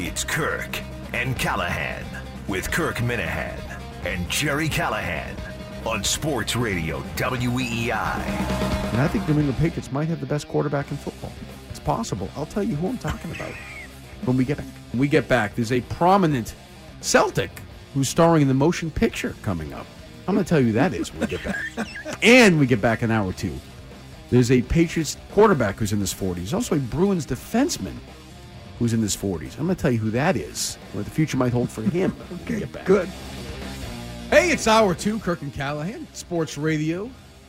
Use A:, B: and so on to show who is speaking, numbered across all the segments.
A: It's Kirk and Callahan with Kirk Minahan and Jerry Callahan on Sports Radio E WEEI.
B: And I think New England Patriots might have the best quarterback in football. It's possible. I'll tell you who I'm talking about when we get back. When we get back, there's a prominent Celtic who's starring in the motion picture coming up. I'm going to tell you who that is when we get back. and we get back an hour two. There's a Patriots quarterback who's in his 40s. Also a Bruins defenseman who's in his 40s. I'm going to tell you who that is, what the future might hold for him. when we get back.
C: Good.
B: Hey, it's hour two, Kirk and Callahan, Sports Radio,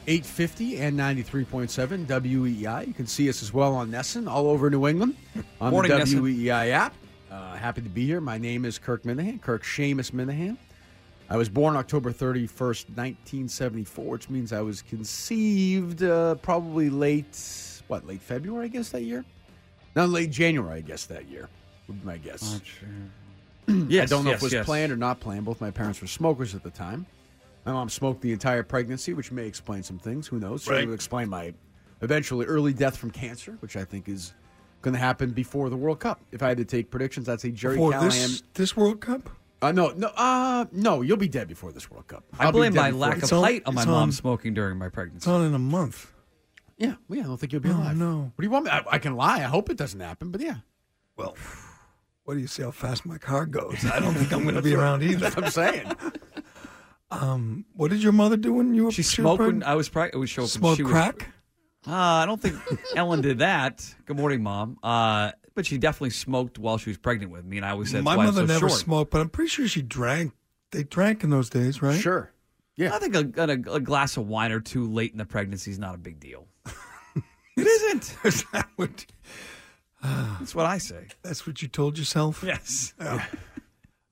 B: 850 and 93.7 WEI. E You can see us as well on Nesson, all over New England, on
C: Morning,
B: the
C: Nessun.
B: WEI app. Uh, happy to be here. My name is Kirk Minahan, Kirk Seamus Minahan. I was born October 31st, 1974, which means I was conceived uh, probably late, what, late February, I guess, that year? No, late January, I guess, that year, would be my guess. I
C: Yes,
B: don't know if
C: yes,
B: it was
C: yes.
B: planned or not planned. Both my parents were smokers at the time. My mom smoked the entire pregnancy, which may explain some things. Who knows? Certainly
C: Right.
B: would explain my eventually early death from cancer, which I think is going to happen before the World Cup. If I had to take predictions, I'd say Jerry
D: For
B: Callahan.
D: this this World Cup,
B: Uh, no, no, uh, no. You'll be dead before this World Cup.
C: I
B: I'll be
C: blame
B: dead
C: my
B: before-
C: lack of
D: It's on-
C: height on my
D: it's
C: mom
D: on-
C: smoking during my
D: it's
C: pregnancy.
D: on in a month.
B: Yeah, yeah. I don't think you'll be
D: Oh,
B: alive.
D: no.
B: What do you want me? I, I can lie. I hope it doesn't happen. But yeah,
D: Well, what do you say? How fast my car goes? I don't think I'm going to be around either.
B: I'm saying.
D: What did your mother do when you were?
C: She
D: were
C: smoked when
D: pregnant?
C: I was pregnant. She opened-
D: smoked
C: she was-
D: crack.
C: Uh, I don't think Ellen did that. Good morning, mom. Uh, but she definitely smoked while she was pregnant with me, and I always said
D: my
C: why I'm
D: mother
C: so
D: never
C: short.
D: smoked, but I'm pretty sure she drank. They drank in those days, right?
B: Sure.
C: I think a, a, a glass of wine or two late in the pregnancy is not a big deal. it isn't.
D: Is that what?
C: That's what I say.
D: That's what you told yourself.
C: Yes.
D: I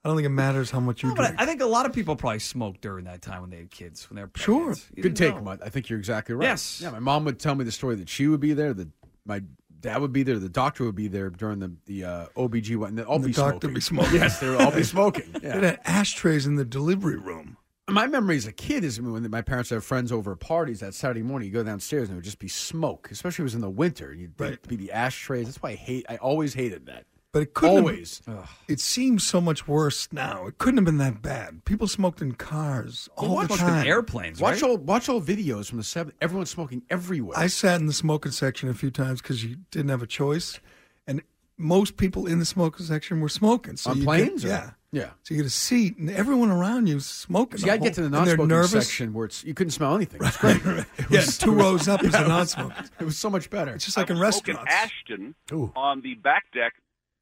D: don't think it matters how much you
C: No, but
D: drink.
C: I think a lot of people probably smoked during that time when they had kids, when they were
D: Sure.
C: pregnant. You
B: Good
C: didn't
B: take,
C: know.
B: Mutt. I think you're exactly right.
C: Yes.
B: Yeah, my mom would tell me the story that she would be there, that my dad would be there, the doctor would be there during the, the uh, OBGYN. They'd all
D: The
B: be
D: doctor
B: smoking.
D: be smoking.
B: Yes, they'd all be smoking.
D: They
B: Yeah.
D: had ashtrays in the delivery room.
B: My memory as a kid is when my parents would have friends over at parties that Saturday morning, you go downstairs and it would just be smoke, especially if it was in the winter. You'd there'd
D: Right.
B: be the ashtrays. That's why I hate, I always hated that.
D: But it couldn't have-
B: Always.
D: it seems so much worse now. It couldn't have been that bad. People smoked in cars all
C: Watched
D: the
C: in
D: time.
C: airplanes,
B: Watch
C: right?
B: old watch old videos from the seven. Everyone's smoking everywhere.
D: I sat in the smoking section a few times because you didn't have a choice, and most people in the smoking section were smoking. So
B: on
D: you
B: planes,
D: get,
B: or-
D: yeah,
B: yeah.
D: So you get a seat, and everyone around you is smoking.
B: See, I get to the
D: whole- and they're
B: non-smoking
D: nervous.
B: section where it's you couldn't smell anything. It's great. It
D: Yeah,
B: was-
D: two rows up is a non-smoker.
B: It was so much better.
D: It's just
E: I
D: like in
E: was smoking
D: restaurants.
E: Ashton
B: Ooh.
E: on the back deck.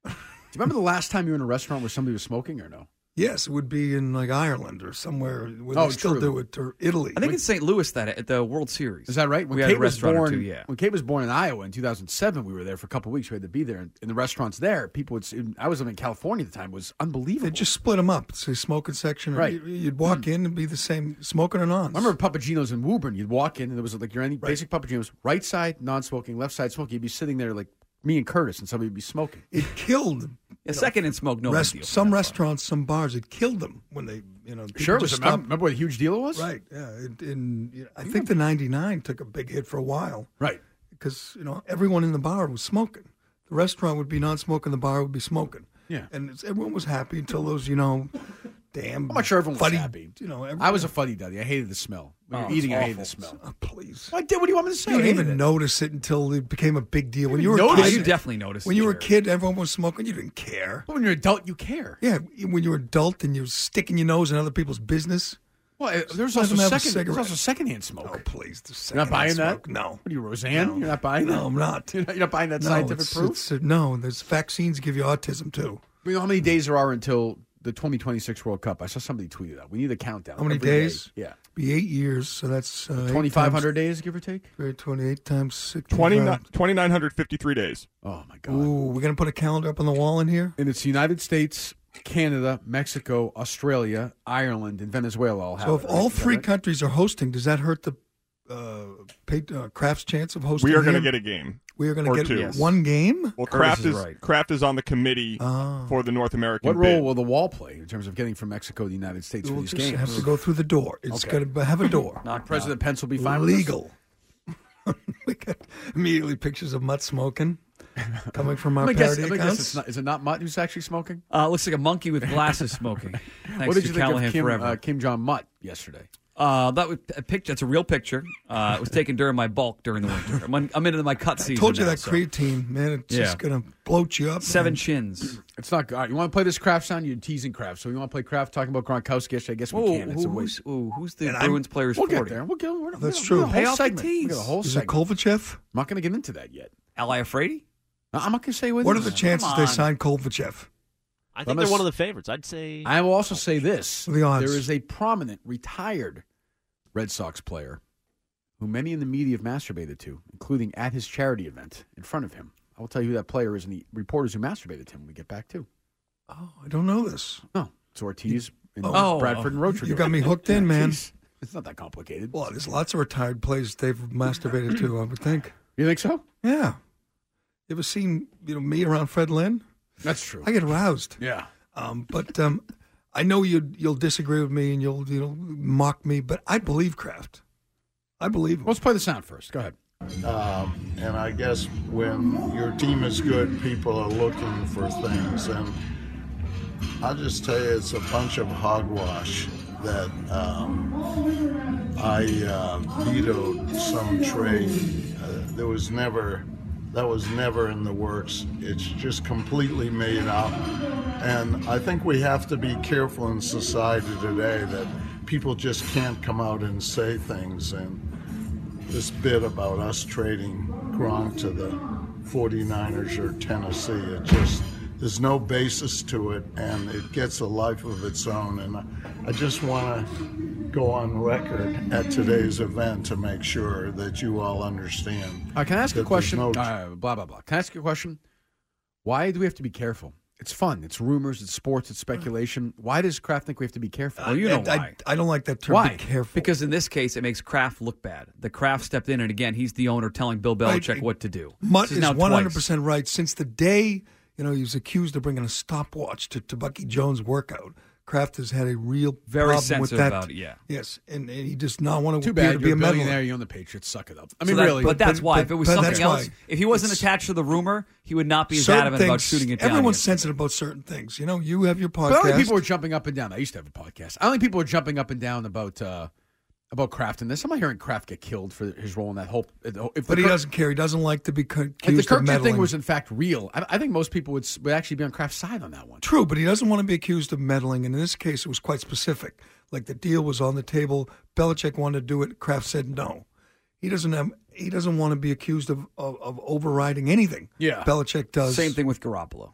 B: Do you remember the last time you were in a restaurant where somebody was smoking or no?
D: yes, it would be in like Ireland or somewhere where
B: Oh,
D: they still
B: true.
D: do it, or Italy.
C: I think in St. Louis that at the World Series.
B: Is that right?
C: we had a restaurant
B: was born,
C: or two, yeah.
B: When Kate was born in Iowa in 2007, we were there for a couple of weeks. We had to be there, and, and the restaurants there, people would. s- I was living in California at the time. It was unbelievable.
D: they just split them up. Say smoking section. or
B: Right.
D: you- You'd walk in and be the same smoking or non.
B: I remember Papaginos in Woburn. You'd walk in, and there was like your any basic Papaginos, right side non-smoking, left side smoking. You'd be sitting there like me and Curtis, and somebody would be smoking.
D: it killed
C: a second and smoke, no
D: rest,
C: big deal.
D: some restaurants, some bars. It killed them when they, you know, people
B: Sure, it was.
D: just
B: a-
D: stopped.
B: Remember what a huge deal it was?
D: Right. Yeah. It, in, you know, I think the 99 took a big hit for a while
B: right.
D: because, you know, everyone in the bar was smoking. The restaurant would be non smoking, the bar would be smoking.
B: Yeah.
D: And it's, everyone was happy until those, you know, damn.
B: I'm not sure everyone was
D: fuddy-
B: happy.
D: You know, every,
B: I was a fuddy duddy. I hated the smell. When
C: Oh,
B: you're
C: it's
B: eating, I hated
C: awful.
B: the smell.
D: Oh, please.
B: I did. What do you want me to say?
D: You
B: I
D: didn't
B: hated
D: even
B: it.
D: notice it until it became a big deal. When you were a
B: notice
C: Oh,
D: kid,
C: you definitely noticed.
D: when
C: it,
D: you were a
C: Jerry.
D: kid, everyone was smoking. You didn't care.
B: But when you're an adult, you care.
D: Yeah, when you're adult and you're sticking your nose in other people's business.
B: Well, uh, there's
D: Let
B: also
D: them have a
B: second. There's
D: cigarette.
B: also secondhand smoke.
D: Oh, please. The
B: You're not
D: secondhand
B: buying
D: smoke.
B: that?
D: No.
B: What are you, Roseanne? You're not buying that?
D: No, I'm not.
B: You're not, you're not buying that
D: No,
B: scientific
D: it's-
B: proof?
D: it's- no, there's vaccines give you autism too.
B: we know how many days there are until the 2026 World Cup. I saw somebody tweet that. We need a countdown.
D: How many
B: every day.
D: days?
B: Yeah.
D: Be eight years, so that's uh, eight
B: 2,500 days, give or take?
D: times- uh, Twenty-eight times six.
F: 2,953 days.
B: Oh, my God.
D: Ooh, we're gonna put a calendar up on the wall in here.
B: And it's the United States, Canada, Mexico, Australia, Ireland, and Venezuela all have
D: So
B: it,
D: if
B: right?
D: all
B: Is that
D: three
B: right?
D: countries are hosting, does that hurt the uh, Pat- uh, Kraft's chance of hosting?
F: We are
D: going to
F: get a game.
D: We are going
F: or
D: to get
F: two.
C: Yes.
D: one game.
F: Well,
C: Curtis
F: Kraft
C: is
F: is,
C: right.
F: Kraft is on the committee
D: Ah.
F: for the North American.
B: What role
F: bid.
B: will the wall play in terms of getting from Mexico to the United States for
D: We'll
B: these
D: just
B: games?
D: have to go through the door. It's
B: Okay.
D: going to have a door.
C: Knock, knock.
B: President Pence will be fine with this?
D: Legal. we got immediately pictures of Mutt smoking. coming from our
B: I'm gonna guess,
D: parody
B: I'm gonna guess it's
D: accounts.
B: not, is it not Mutt who's actually smoking?
C: Uh, looks like a monkey with glasses smoking. Thanks
B: what did
C: to
B: you think
C: Callahan
B: of Kim,
C: forever.
B: uh, Kim Jong Mutt yesterday?
C: Uh, that was a picture. That's a real picture. Uh, it was taken during my bulk during the winter. I'm, on- I'm into my cut season.
D: Told you
C: now,
D: that
C: so.
D: creatine, man. It's just
C: Yeah.
D: gonna bloat you up.
C: seven
D: man.
C: chins.
B: It's not good. All right, you want to play this craft sound? You're teasing craft. So you want to play craft talking about Gronkowski yesterday? I guess we
C: Whoa,
B: can. It's a
C: who's,
B: waste.
C: ooh, who's the
A: And I'm-
C: Bruins players?
B: We'll
C: 40?
B: get there. We'll get. We're,
D: That's
B: we're,
D: true.
B: We're,
C: Pay
B: a whole
C: off the
B: segment. We got a
C: tease.
B: whole
D: Is it
B: segment.
D: Kovachev?
B: I'm not going to get into that yet.
C: Ally Afraidy?
B: I- I'm not going to say whether.
D: What are the chances they
C: on.
D: sign Kovachev?
E: I think
B: Let me
E: they're
B: s-
E: one of the favorites. I'd say
B: I will also say this:
D: What are the odds?
B: there is a prominent retired Red Sox player who many in the media have masturbated to, including at his charity event in front of him. I will tell you who that player is and the reporters who masturbated to him. When we get back to
D: Oh, I don't know this.
B: no, it's Ortiz Oh. and
C: Oh.
B: Bradford and Roach. are
D: You
B: doing
D: got
B: it.
D: me hooked in, man.
B: Jeez. It's not that complicated.
D: Well, there's lots of retired players they've masturbated to. I would think.
B: You think so?
D: Yeah. You ever seen you know me around Fred Lynn?
B: That's true.
D: I get aroused.
B: yeah.
D: Um, but um, I know you you'll disagree with me and you'll you know mock me, but I believe Kraft. I believe him.
B: Let's play the sound first. Go ahead.
G: Um, and I guess when your team is good, people are looking for things. And I'll just tell you, it's a bunch of hogwash that um, I uh, vetoed some trade. Uh, there was never, that was never in the works. It's just completely made up. And I think we have to be careful in society today that people just can't come out and say things. And this bit about us trading Gronk to the 49ers or Tennessee. It just, there's no basis to it, and it gets a life of its own. And I, I just want to go on record at today's event to make sure that you all understand.
B: Uh, can I ask
G: that
B: a
G: there's
B: question?
G: no-
B: Uh, blah blah blah. Can I ask you a question? Why do we have to be careful? It's fun. It's rumors. It's sports. It's speculation. Why does Kraft think we have to be careful?
C: Well, you
D: I,
C: know why.
D: I, I don't like that term.
B: Why?
D: Be careful.
C: Because in this case, it makes Kraft look bad. The Kraft stepped in, and again, he's the owner telling Bill
D: Right.
C: Belichick what to do.
D: Mutt
C: This
D: is
C: now
D: one hundred
C: twice.
D: percent right. Since the day you know he was accused of bringing a stopwatch to, to Bucky Jones' workout, Kraft has had a real
C: Very
D: problem with
C: sensitive
D: that.
C: about it, yeah.
D: Yes, and, and he does not want to
B: Too
D: appear
B: bad
D: to
B: you're
D: be
B: a
D: a
B: billionaire.
D: meddler.
B: You own the Patriots. Suck it up. I
C: So
B: mean,
C: that-
B: really.
C: but that's
D: but-
C: why.
D: but-
C: if it was
D: but
C: something
D: that's
C: else,
D: why.
C: if he wasn't
D: It's-
C: attached to the rumor, he would not be as
D: Certain
C: adamant about shooting it down.
D: Everyone's
C: yet.
D: sensitive about certain things. You know, you have your podcast.
B: But only people are jumping up and down. I used to have a podcast. I only people are jumping up and down about uh, about Kraft and this. I'm not hearing Kraft get killed for his role in that whole. If the
D: but he
B: Kirk-
D: doesn't care. He doesn't like to be co- accused
B: If the
D: of
B: Kirkland
D: meddling.
B: thing was in fact real, I, I think most people would s- would actually be on Kraft's side on that one.
D: True, but he doesn't want to be accused of meddling. And in this case, it was quite specific. Like the deal was on the table. Belichick wanted to do it. Kraft said no. He doesn't have. He doesn't want to be accused of, of, of overriding anything.
B: Yeah.
D: Belichick does.
C: Same thing with Garoppolo.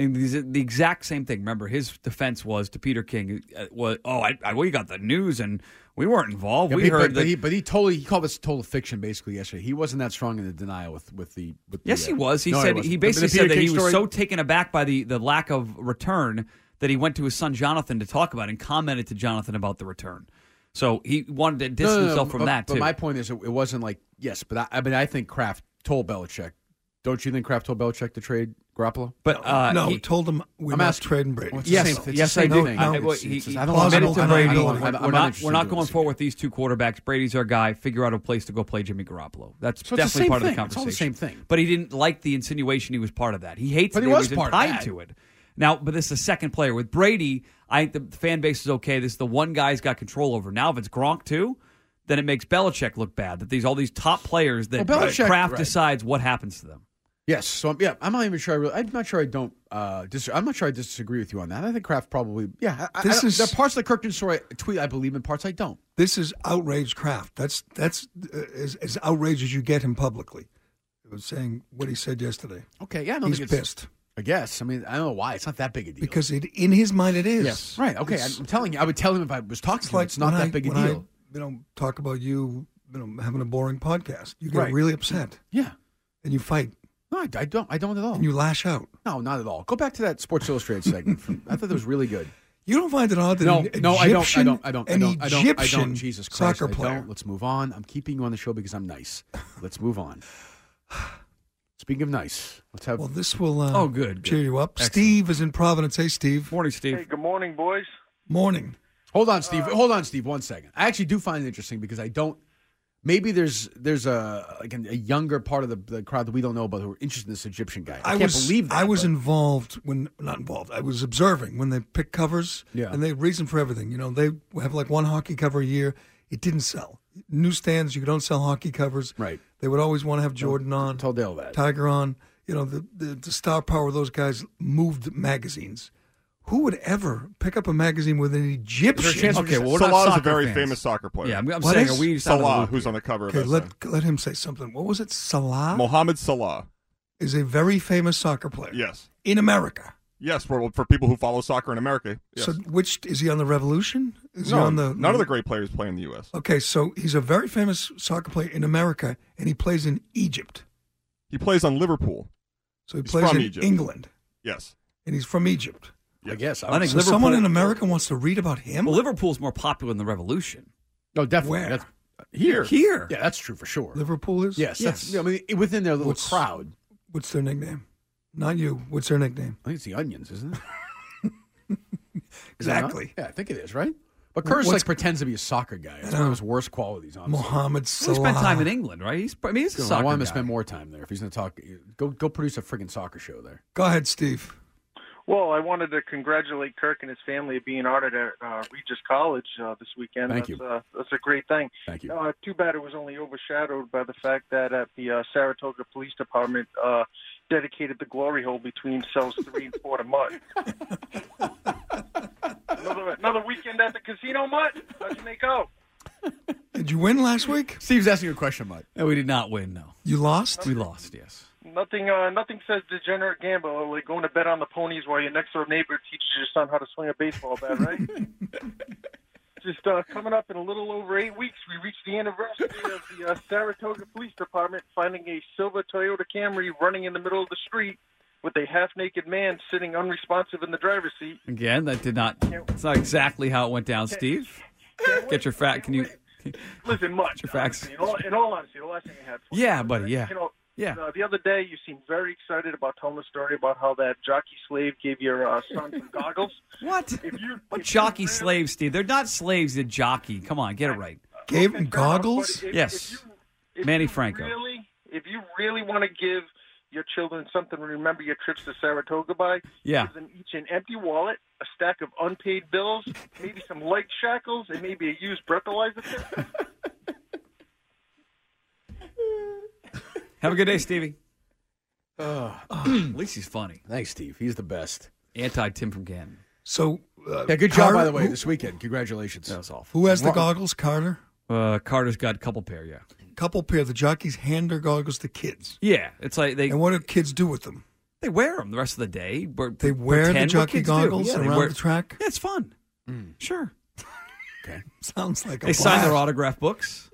C: And these- the exact same thing. Remember, his defense was to Peter King uh, was, "Oh, I, I, we got the news and we weren't involved.
B: Yeah,
C: we
B: but,
C: heard
B: but,
C: that."
B: but he, but he totally he called this total fiction basically yesterday. He wasn't that strong in the denial with with the. With the,
C: yes, he
B: uh,
C: was. He
B: no,
C: said
B: wasn't.
C: he
B: The-
C: basically
B: the
C: said
B: Peter
C: that
B: King
C: he was
B: story-
C: so taken aback by the the lack of return that he went to his son Jonathan to talk about it and commented to Jonathan about the return. So he wanted to
B: No,
C: distance
B: no, no,
C: himself from
B: but,
C: that
B: But
C: too.
B: my point is, it, it wasn't like yes, but I, I mean, I think Kraft told Belichick. Don't you think Kraft told Belichick to trade Garoppolo?
C: but uh,
D: no,
C: he-
D: he told him we're
B: I'm
D: not
B: asking-
D: trading Brady.
B: It's the
C: yes,
B: same- it's the
C: yes, I
B: same
C: do.
B: thing.
C: I, well,
B: No, it's-
C: he-
B: it's-
C: he
B: I don't wanna-
C: committed to
D: I don't- I
C: Brady.
D: don't-
C: We're
D: I'm-
B: I'm
C: not,
B: interested
C: we're
B: in
C: not
B: doing
C: going
B: this
C: forward with these two quarterbacks. Brady's our guy. Figure out a place to go play Jimmy Garoppolo. That's
B: So it's the
C: definitely
B: same
C: part of the
B: thing. It's all
C: conversation.
B: the same thing.
C: But he didn't like the insinuation he was part of that. He hates
B: But
C: it.
B: he was
C: was
B: part of
C: tied
B: that.
C: to it. Now, but this is the second player with Brady. I think the fan base is okay. This is the one guy he's got control over. Now, if it's Gronk too, then it makes Belichick look bad. That these all these top players that
B: Well, Belichick-
C: Kraft
B: right.
C: decides what happens to them.
B: Yes, so I'm, yeah, I'm not even sure. I really, I'm not sure. I don't. Uh, dis- I'm not sure. I disagree with you on that. I think Kraft probably. Yeah, I,
D: This
B: I,
D: is-
B: there are parts of the Kirkland story I tweet I believe in, parts I don't.
D: This is outrage Kraft. That's that's uh, as, as outraged as you get him publicly. It was saying what he said yesterday.
B: Okay, yeah, I don't
D: He's
B: think it's,
D: pissed
B: I guess. I mean, I don't know why. It's not that big a deal.
D: because it, in his mind it is.
B: yes, right. Okay,
D: It's-
B: I'm telling you. I would tell him if I was talking to him. it's not
D: when
B: that
D: I-
B: big a
D: when I,
B: deal.
D: you know, talk about you, you know, having a boring podcast. You get
B: Right.
D: really upset
B: yeah.
D: and you fight
B: No, I, I don't. I don't at all.
D: and you lash out.
B: no, not at all. Go back to that Sports Illustrated segment. From, I thought that was really good.
D: You don't find it odd that
B: No,
D: an
B: no, I don't. I
D: Egyptian-
B: don't. I don't. I
D: an
B: don't. I don't. I
D: Egyptian
B: don't. Jesus Christ!
D: soccer
B: I
D: player.
B: don't. Let's move on. I'm keeping you on the show because I'm nice. Let's move on. Speaking of nice, let's have.
D: Well, this will. Uh,
C: Oh, good, good.
D: Cheer you up.
C: Excellent.
D: Steve is in Providence. Hey, Steve.
C: Morning, Steve.
H: Hey, good morning, boys.
D: Morning. Uh.
B: hold on, Steve. hold on, Steve. One second. I actually do find it interesting because I don't. Maybe there's there's a like an, a younger part of the, the crowd that we don't know about who are interested in this Egyptian guy. I, can't
D: was,
B: believe that.
D: I was
B: but-
D: involved when not involved. I was observing when they pick covers.
B: Yeah.
D: And they have reason for everything. You know, they have like one hockey cover a year. It didn't sell. Newsstands, you don't sell hockey covers.
B: Right.
D: They would always want to have Jordan on,
B: told Dale that.
D: Tiger on. You know, the, the the star power of those guys moved magazines. Who would ever pick up a magazine with an Egyptian?
C: chance
F: Okay, well,
C: we're not
F: Salah is a
C: soccer
F: very
C: fans.
F: famous soccer player.
C: Yeah, I'm, I'm
D: What
C: saying
D: is-
C: are we sound
F: Salah,
C: a little-
F: who's on the cover of
D: Okay,
F: this.
D: let
F: thing.
D: let him say something. What was it? Salah
F: Mohamed Salah.
D: is a very famous soccer player.
F: Yes.
D: In America.
F: Yes, for, for people who follow soccer in America. Yes.
D: So which is he on the Revolution? Is
F: no,
D: he on the
F: none of the great players play in the U.S.
D: Okay, so he's a very famous soccer player in America, and he plays in Egypt.
F: He plays on Liverpool.
D: So he
F: He's
D: plays
F: from
D: in
F: Egypt.
D: England,
F: Yes.
D: and he's from Egypt.
B: I guess. I,
C: I
B: would
C: think
D: So
B: say-
C: Liverpool-
D: someone in America wants to read about him.
C: Well, Liverpool's more popular than the Revolution.
B: no, definitely.
D: Where?
B: That's, here.
C: Here.
B: Yeah, that's true for sure.
D: Liverpool is.
B: Yes,
C: Yes.
B: that's- I mean, it- within their little
D: What's-
B: crowd.
D: What's their nickname? Not you. What's their nickname?
B: I think it's the onions, isn't it? Is it not?
D: Exactly.
B: yeah, I think it is, right? But
D: What's-
B: Kurz
D: Uh,
B: like pretends to be a soccer guy. It's one of his worst qualities. Honestly,
D: Mohammed
C: He
D: Salah.
C: spent time in England, right? He's, I mean, he's a
B: I
C: soccer
B: want him to
C: guy.
B: spend more time there. If he's going to talk, go go produce a freaking soccer show there.
D: Go ahead, Steve.
E: Well, I wanted to congratulate Kirk and his family of being honored at uh, Regis College uh, this weekend.
B: Thank
E: that's,
B: you.
E: Uh, that's a great thing.
B: Thank you.
E: Uh, too bad it was only overshadowed by the fact that at the uh, Saratoga Police Department uh, dedicated the glory hole between cells three and four to Mutt. another, another weekend at the casino, Mutt. How'd you make out?
D: Did you win last week?
B: Steve's asking you a question, Mike.
C: No, we did not win, no.
D: You lost.
C: We lost, yes.
E: Nothing. Uh, nothing says degenerate gamble like going to bet on the ponies while your next door neighbor teaches your son how to swing a baseball bat. Right. Just uh, coming up in a little over eight weeks, we reach the anniversary of the uh, Saratoga Police Department finding a silver Toyota Camry running in the middle of the street with a half-naked man sitting unresponsive in the driver's seat.
C: Again, that did not. It's not exactly how it went down, Steve. Get your fact. Can you?
E: Listen, much.
C: Your facts.
E: honestly, In all, in all honesty, the last thing I had. For
C: Yeah,
E: you,
C: buddy, yeah.
E: You know,
C: Yeah.
E: uh, the other day you seemed very excited about telling the story about how that jockey slave gave your uh, son some goggles.
C: What?
E: If you,
C: What
E: if you
C: jockey
E: really-
C: slaves, Steve? They're not slaves. They're jockey. Come on, get it right.
D: Gave
E: Okay,
D: him
E: fair enough,
D: goggles.
E: but if-
C: Yes.
E: if you- if
C: Manny
E: you
C: Franco.
E: Really, if you really want to give your children something to remember your trips to Saratoga by,
C: Yeah.
E: give them each an empty wallet, a stack of unpaid bills, maybe some leg shackles, and maybe a used breathalyzer. kit.
C: Have a good day, Stevie. At least he's funny.
B: Thanks, Steve. He's the best.
C: Anti Tim from Gannon.
D: So. Uh,
B: Yeah, good job
D: Carter-
B: by the way
D: who-
B: this weekend. Congratulations.
C: That was awful.
D: Who has the
B: Wrong.
D: goggles? Carter.
C: Uh, Carter's got a couple pair. Yeah.
D: Couple pair. The jockeys hand their goggles to kids.
C: Yeah. It's like they
D: And what do kids do with them?
C: they wear them the rest of the day. but
D: They wear the
C: pretend what
D: jockey
C: kids do.
D: goggles
C: Yeah, they
D: around
C: wear-
D: the track. Mm.
C: Yeah, it's fun. Sure.
D: Sounds like a
C: They sign their
D: blast.
C: autograph books.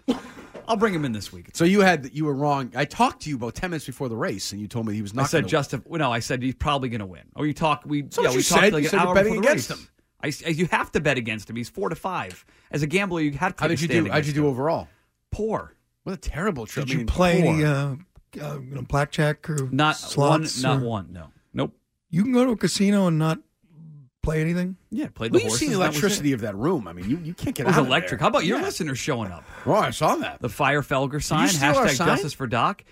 C: I'll bring him in this week.
B: So you had you were wrong. I talked to you about ten minutes before the race, and you told me he was not.
C: I said
B: gonna-
C: Justin. well, No, I said he's probably going to win. Or you talk. We
B: So
C: yeah,
B: what
C: we
B: you
C: talked
B: said.
C: like
B: You
C: an
B: said you're
C: hour
B: betting
C: before the
B: against
C: race.
B: him.
C: I s- you have to bet against him. He's four to five. As a gambler, you had to.
B: How
C: take a
B: did you
C: stand
B: do? How'd you
C: against
B: do
C: him.
B: overall?
C: Poor.
B: What a terrible trip.
D: Did
B: I
D: you
B: mean,
D: play any
B: poor.
D: uh, uh, you know, blackjack or
C: Not
D: slots?
C: one.
D: or-
C: Not one. No. Nope.
D: You can go to a casino and not play anything.
C: Yeah, played the
B: Well, you've
C: horses.
B: seen the
C: that was it.
B: electricity of that room. I mean, you, you can't get
C: It was
B: out of
C: electric.
B: there.
C: How about your
B: Yeah.
C: listeners showing up?
B: Oh, I saw that.
C: The Fire Felger sign,
B: steal our
C: hashtag
B: sign?
C: Justice for Doc.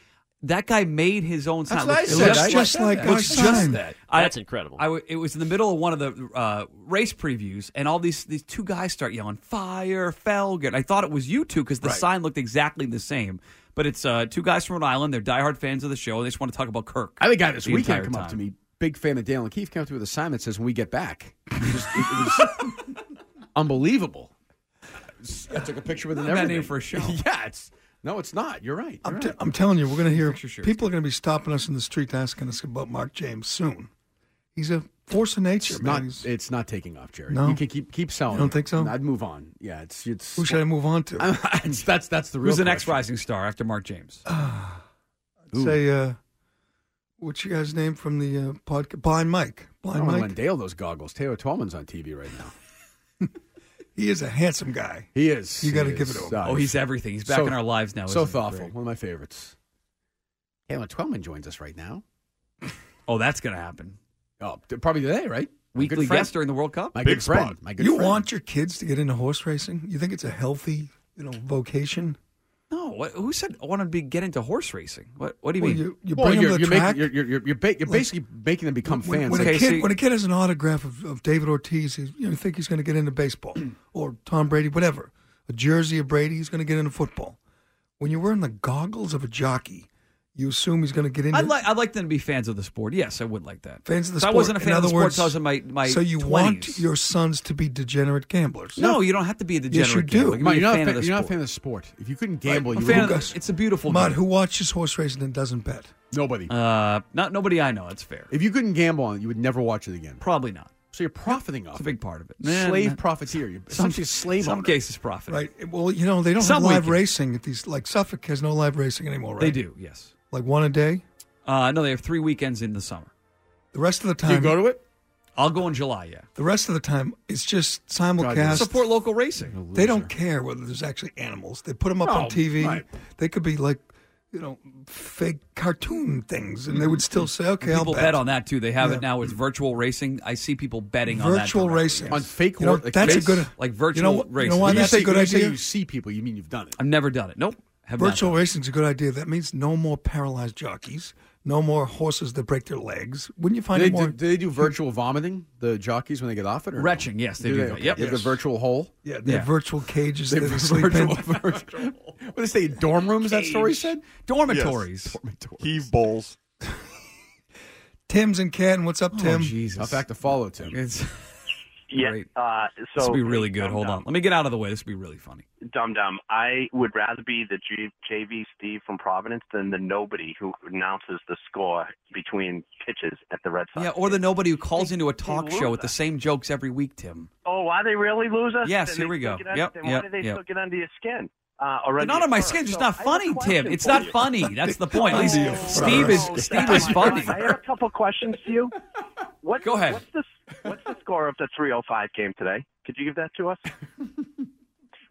C: That guy made his own sign.
B: what I
C: It
B: said.
C: was
D: looks
C: just-
B: I-
D: just
B: I said
D: like
B: that.
D: our
B: It looks just
D: sign.
B: that.
C: I-
H: That's incredible.
C: I w- it was in the middle of one of the uh, race previews, and all these these two guys start yelling "Fire Felger." And I thought it was you two because the sign looked exactly the same. But it's uh, two guys from Rhode Island. They're diehard fans of the show. and They just want to talk about Kirk.
B: I had a guy this
C: the
B: weekend
C: entire
B: come up
C: time.
B: to me, big fan of Dale and Keith, came up to me with a sign that says "When we get back." It was, it was unbelievable. I took a picture with it.
C: Not
B: and
C: a bad
B: everything.
C: name for a show.
B: yeah, it's no, it's not. You're right.
D: I'm,
B: You're
D: t-
B: right.
D: I'm telling you, we're going to hear
C: shirts.
D: people are going to be stopping us in the street asking us about Mark James soon. He's a force of nature,
B: It's
D: man.
B: not.
D: He's-
B: It's not taking off, Jerry.
D: No?
B: You can keep keep selling.
D: You don't
B: it.
D: think so?
B: I'd move on. Yeah, it's it's.
D: who should I move on to?
B: it's that's that's the real.
C: Who's the next
B: question. Uh,
C: rising star after Mark James?
D: I'd say, uh, what's your guy's name from the uh, podcast? Blind Mike.
B: I
D: Blind
B: don't want to
D: Mike.
B: lend Dale those goggles. Taylor Twellman's on TV right now.
D: He is a handsome guy.
B: He is.
D: You
B: He
D: gotta
B: is.
D: give it to him.
B: Uh,
C: Oh, he's everything. He's back
B: so-
C: in our lives now.
B: so
C: isn't he?
B: thoughtful.
C: Great.
B: One of my favorites. Taylor Twellman joins us right now.
C: Oh, that's going to happen.
B: Oh, t- probably today, right? My good
C: Weekly
B: friend.
C: guest during the World Cup.
B: My
F: Big
B: good friend.
F: spot.
B: My good
D: You
B: friend.
D: want your kids to get into horse racing? You think it's a healthy, you know, vocation?
C: No, what, who said I want to be get into horse racing? What What do you
D: Well,
C: mean?
D: you, you
B: Well,
D: bring
B: you're,
D: them to
B: you're
D: the track.
B: making, you're, you're, you're, you're, ba- you're basically making them become
D: when,
B: fans.
D: when
B: Like,
C: Okay,
D: a kid,
C: see-
D: when a kid has an autograph of, of David Ortiz, he's, you know, think he's going to get into baseball or Tom Brady, whatever. A jersey of Brady, he's going to get into football. When you're wearing the goggles of a jockey, you assume he's going to get into.
C: I'd like I'd like them to be fans of the sport. Yes, I would like that.
D: Fans of the
C: So
D: sport.
C: I wasn't a fan
D: in
C: of the
D: other
C: sport
D: words,
C: until I was in my my
D: So you
C: 20s.
D: want your sons to be degenerate gamblers?
C: no, you don't have to be a degenerate.
D: you do.
C: gambler. You can
B: Mike,
C: be
B: you're, not
C: a fan
B: a
C: of
B: fan,
C: the
B: you're not a
C: sport.
B: fan of the sport. If you couldn't gamble,
C: I'm
B: you
C: a fan
B: would
C: of the,
D: Lucas.
C: it's a beautiful
D: Mud,
C: game.
D: who watches horse racing and doesn't bet?
B: nobody.
C: Uh, not nobody I know. That's fair.
B: if you couldn't gamble on it, you would never watch it again.
C: Probably not.
B: So you're profiting
C: It's
B: off
C: a
B: it.
C: big part of it.
B: slave
C: Nah, nah.
B: profiteer. You're essentially a slave
C: Some
B: owner.
C: cases profit.
D: Right. Well, you know they don't
C: Some
D: have live
C: weekends.
D: racing at these. Like Suffolk has no live racing anymore, right?
C: They do. Yes.
D: Like one a day.
C: Uh, no, they have three weekends in the summer.
D: The rest of the
B: Do you
D: time,
B: go to it?
C: I'll go in July. Yeah.
D: the rest of the time, it's just simulcast.
C: Support local racing.
D: They don't care whether there's actually animals. They put them up
B: No,
D: on TV.
B: right.
D: They could be like, you know, fake cartoon things, and they would still say, "Okay, I'll
C: People
D: bet."
C: bet on that too. They have
D: Yeah.
C: it now. It's virtual racing. I see people betting on that.
D: virtual
C: directly,
D: racing
B: On fake
D: You know,
B: or- like
D: that's a
B: face-
D: good
C: like
D: You know,
C: virtual
D: what- You know
C: racing.
D: why
B: When you
D: that's
B: say-
D: a good
B: when you say
D: idea?
B: You see people. You mean you've done it?
C: I've never done it. Nope. Have not
D: Virtual
C: done it.
D: racing's a good idea. That means no more paralyzed jockeys, no more horses that break their legs. Wouldn't you
B: Do
D: find
B: they,
D: it more?
B: do, do they do virtual vomiting? The jockeys when they get off it, or no?
C: Retching, yes, they do that.
B: Okay.
C: Yep.
B: They have the
C: Yes.
B: virtual hole.
D: yeah, they have
C: yeah.
D: virtual cages
B: They
D: that
B: have
D: they sleep
B: virtual,
D: in.
B: virtual. What did they say? Dorm rooms? That story said.
C: dormitories. Oh,
F: Heave bowls.
D: Tim's in Canton. What's up, Tim?
C: Oh, Jesus.
B: Tough act to follow, Tim.
C: It's,
H: Yeah.
C: Great.
H: Uh, so
C: this will be really good.
H: Dum
C: Hold on.
H: Dum-
C: Let me get out of the way. This will be really funny.
H: Dum Dum. I would rather be the G- JV Steve from Providence than the nobody who announces the score between pitches at the Red Sox.
C: Yeah, or the nobody who calls
H: They-
C: into a
H: they
C: talk
H: lose
C: show with the
H: that.
C: same jokes every week, Tim.
H: Oh, are they really losers?
C: Yes,
H: Then
C: here
H: they
C: we
H: still
C: go.
H: get under-
C: Yep,
H: then
C: yep,
H: Why do they
C: yep.
H: still get under your skin? Uh, or
C: They're
H: under
C: not
H: your
C: on my
H: fur?
C: skin. It's just
H: So
C: not
H: I have a
C: funny,
H: question
C: Tim. It's
H: for
C: not
H: you.
C: funny. That's the point. At least
D: Under your
C: Steve
D: fur.
C: is
H: Oh,
C: Steve
H: oh
C: is
H: my
C: funny.
H: God. I have a couple questions to you. What,
C: Go ahead.
H: What's the, what's the score of the 305 game today? Could you give that to us?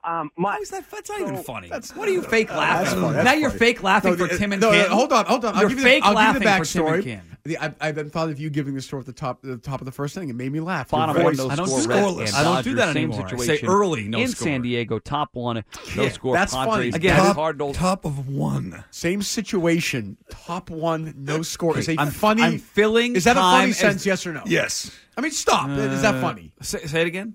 H: Um, my,
C: How is that? That's not even funny.
B: that's-
C: what are you fake laughing?
B: funny, that's
C: now you're
B: funny.
C: fake laughing
B: No,
C: for
B: the-
C: Tim and
B: no,
C: Ken.
B: Hold on, hold on. I'll
C: You're
B: give you
C: fake
B: the, I'll
C: laughing
B: give you the
C: for Tim and
B: backstory.
C: Ken.
B: The- I, I've been thought of you giving the story at the top, the top of the first thing. It made me laugh. Your
I: bottom
B: voice-
I: one, no
C: I don't
I: score.
C: do
I: Reds
C: scoreless.
I: and
C: I don't
I: Dodgers,
C: do that
I: same
C: anymore. I say
I: Situation.
C: early, no
I: in
C: score.
I: San Diego, top one, no
B: Yeah,
I: score.
B: that's
I: Padres,
B: funny.
C: Again,
I: Cubs,
D: top,
C: Cardinals.
D: top of one.
B: Same situation. Top one, no score. is a
C: I'm-
B: funny.
C: I'm filling
B: Is that a
C: time
B: funny
C: as-
B: sense? Yes or no?
D: Yes.
B: I mean, stop. is that funny?
C: Uh, Say, say it again.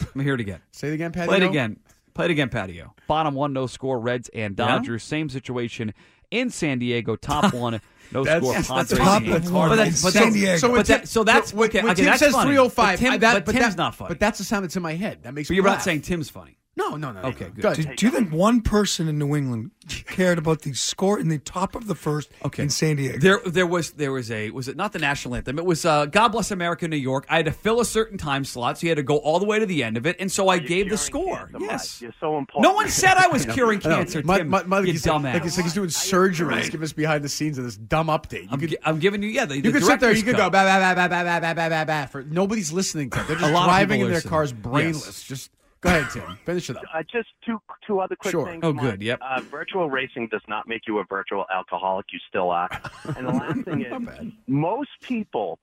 C: Let me hear it again.
B: Say it again, Patty.
C: Play it again. Play it again, Patio.
I: Bottom one, no score. Reds and
C: Yeah?
I: Dodgers, same situation in San Diego. Top one, no
B: That's-
I: score.
B: yes,
I: Padres,
B: that's
D: Top
I: and
D: of
I: Cubs.
D: one.
C: But that-
D: in
C: but
D: San
C: that-
D: Diego.
C: so
B: when
C: but that-
B: Tim-
C: so that's-
B: when,
C: okay,
B: when
C: okay,
B: Tim
C: that's
B: says
C: funny.
B: 305.
C: But Tim-
B: I- that,
C: but
B: that-
C: Tim's not funny.
B: But that's the sound that's in my head. That makes.
C: But
B: me
C: you're
B: laugh.
C: not saying Tim's funny.
B: No, no, no. no,
C: Okay,
B: no.
C: good.
D: Do, do you think one person in New England cared about the score in the top of the first
C: Okay.
D: in San Diego?
C: There, there was, there was a, was it not the national anthem? It was uh, "God Bless America, New York." I had to fill a certain time slot, so you had to go all the way to the end of it, and so I gave
H: curing
C: the score.
H: cancer, Mike.
C: Yes,
H: You're so important.
C: No one said I was curing
B: I know.
C: cancer,
B: My-
C: Tim.
B: my- my-
C: you
B: he's
C: dumbass.
B: Like, it's like he's doing surgery. He's giving us behind the scenes of this dumb update. You
C: I'm,
B: could,
C: gi- I'm giving you, yeah. The,
B: you
C: the
B: could sit there.
C: director's
B: You could
C: cut.
B: go ba ba ba ba ba ba ba ba ba. For nobody's listening to. It. They're just
C: lot of
B: driving
C: people
B: in their
C: listen.
B: cars,
C: Yes.
B: brainless. Just go ahead, Tim. Finish it up.
H: Uh, just two two other quick
B: Sure.
H: things.
C: Oh,
H: Mike.
C: good, yep.
H: Uh, virtual racing does not make you a virtual alcoholic. You still are. And the last thing
B: Not
H: is,
B: bad.
H: most people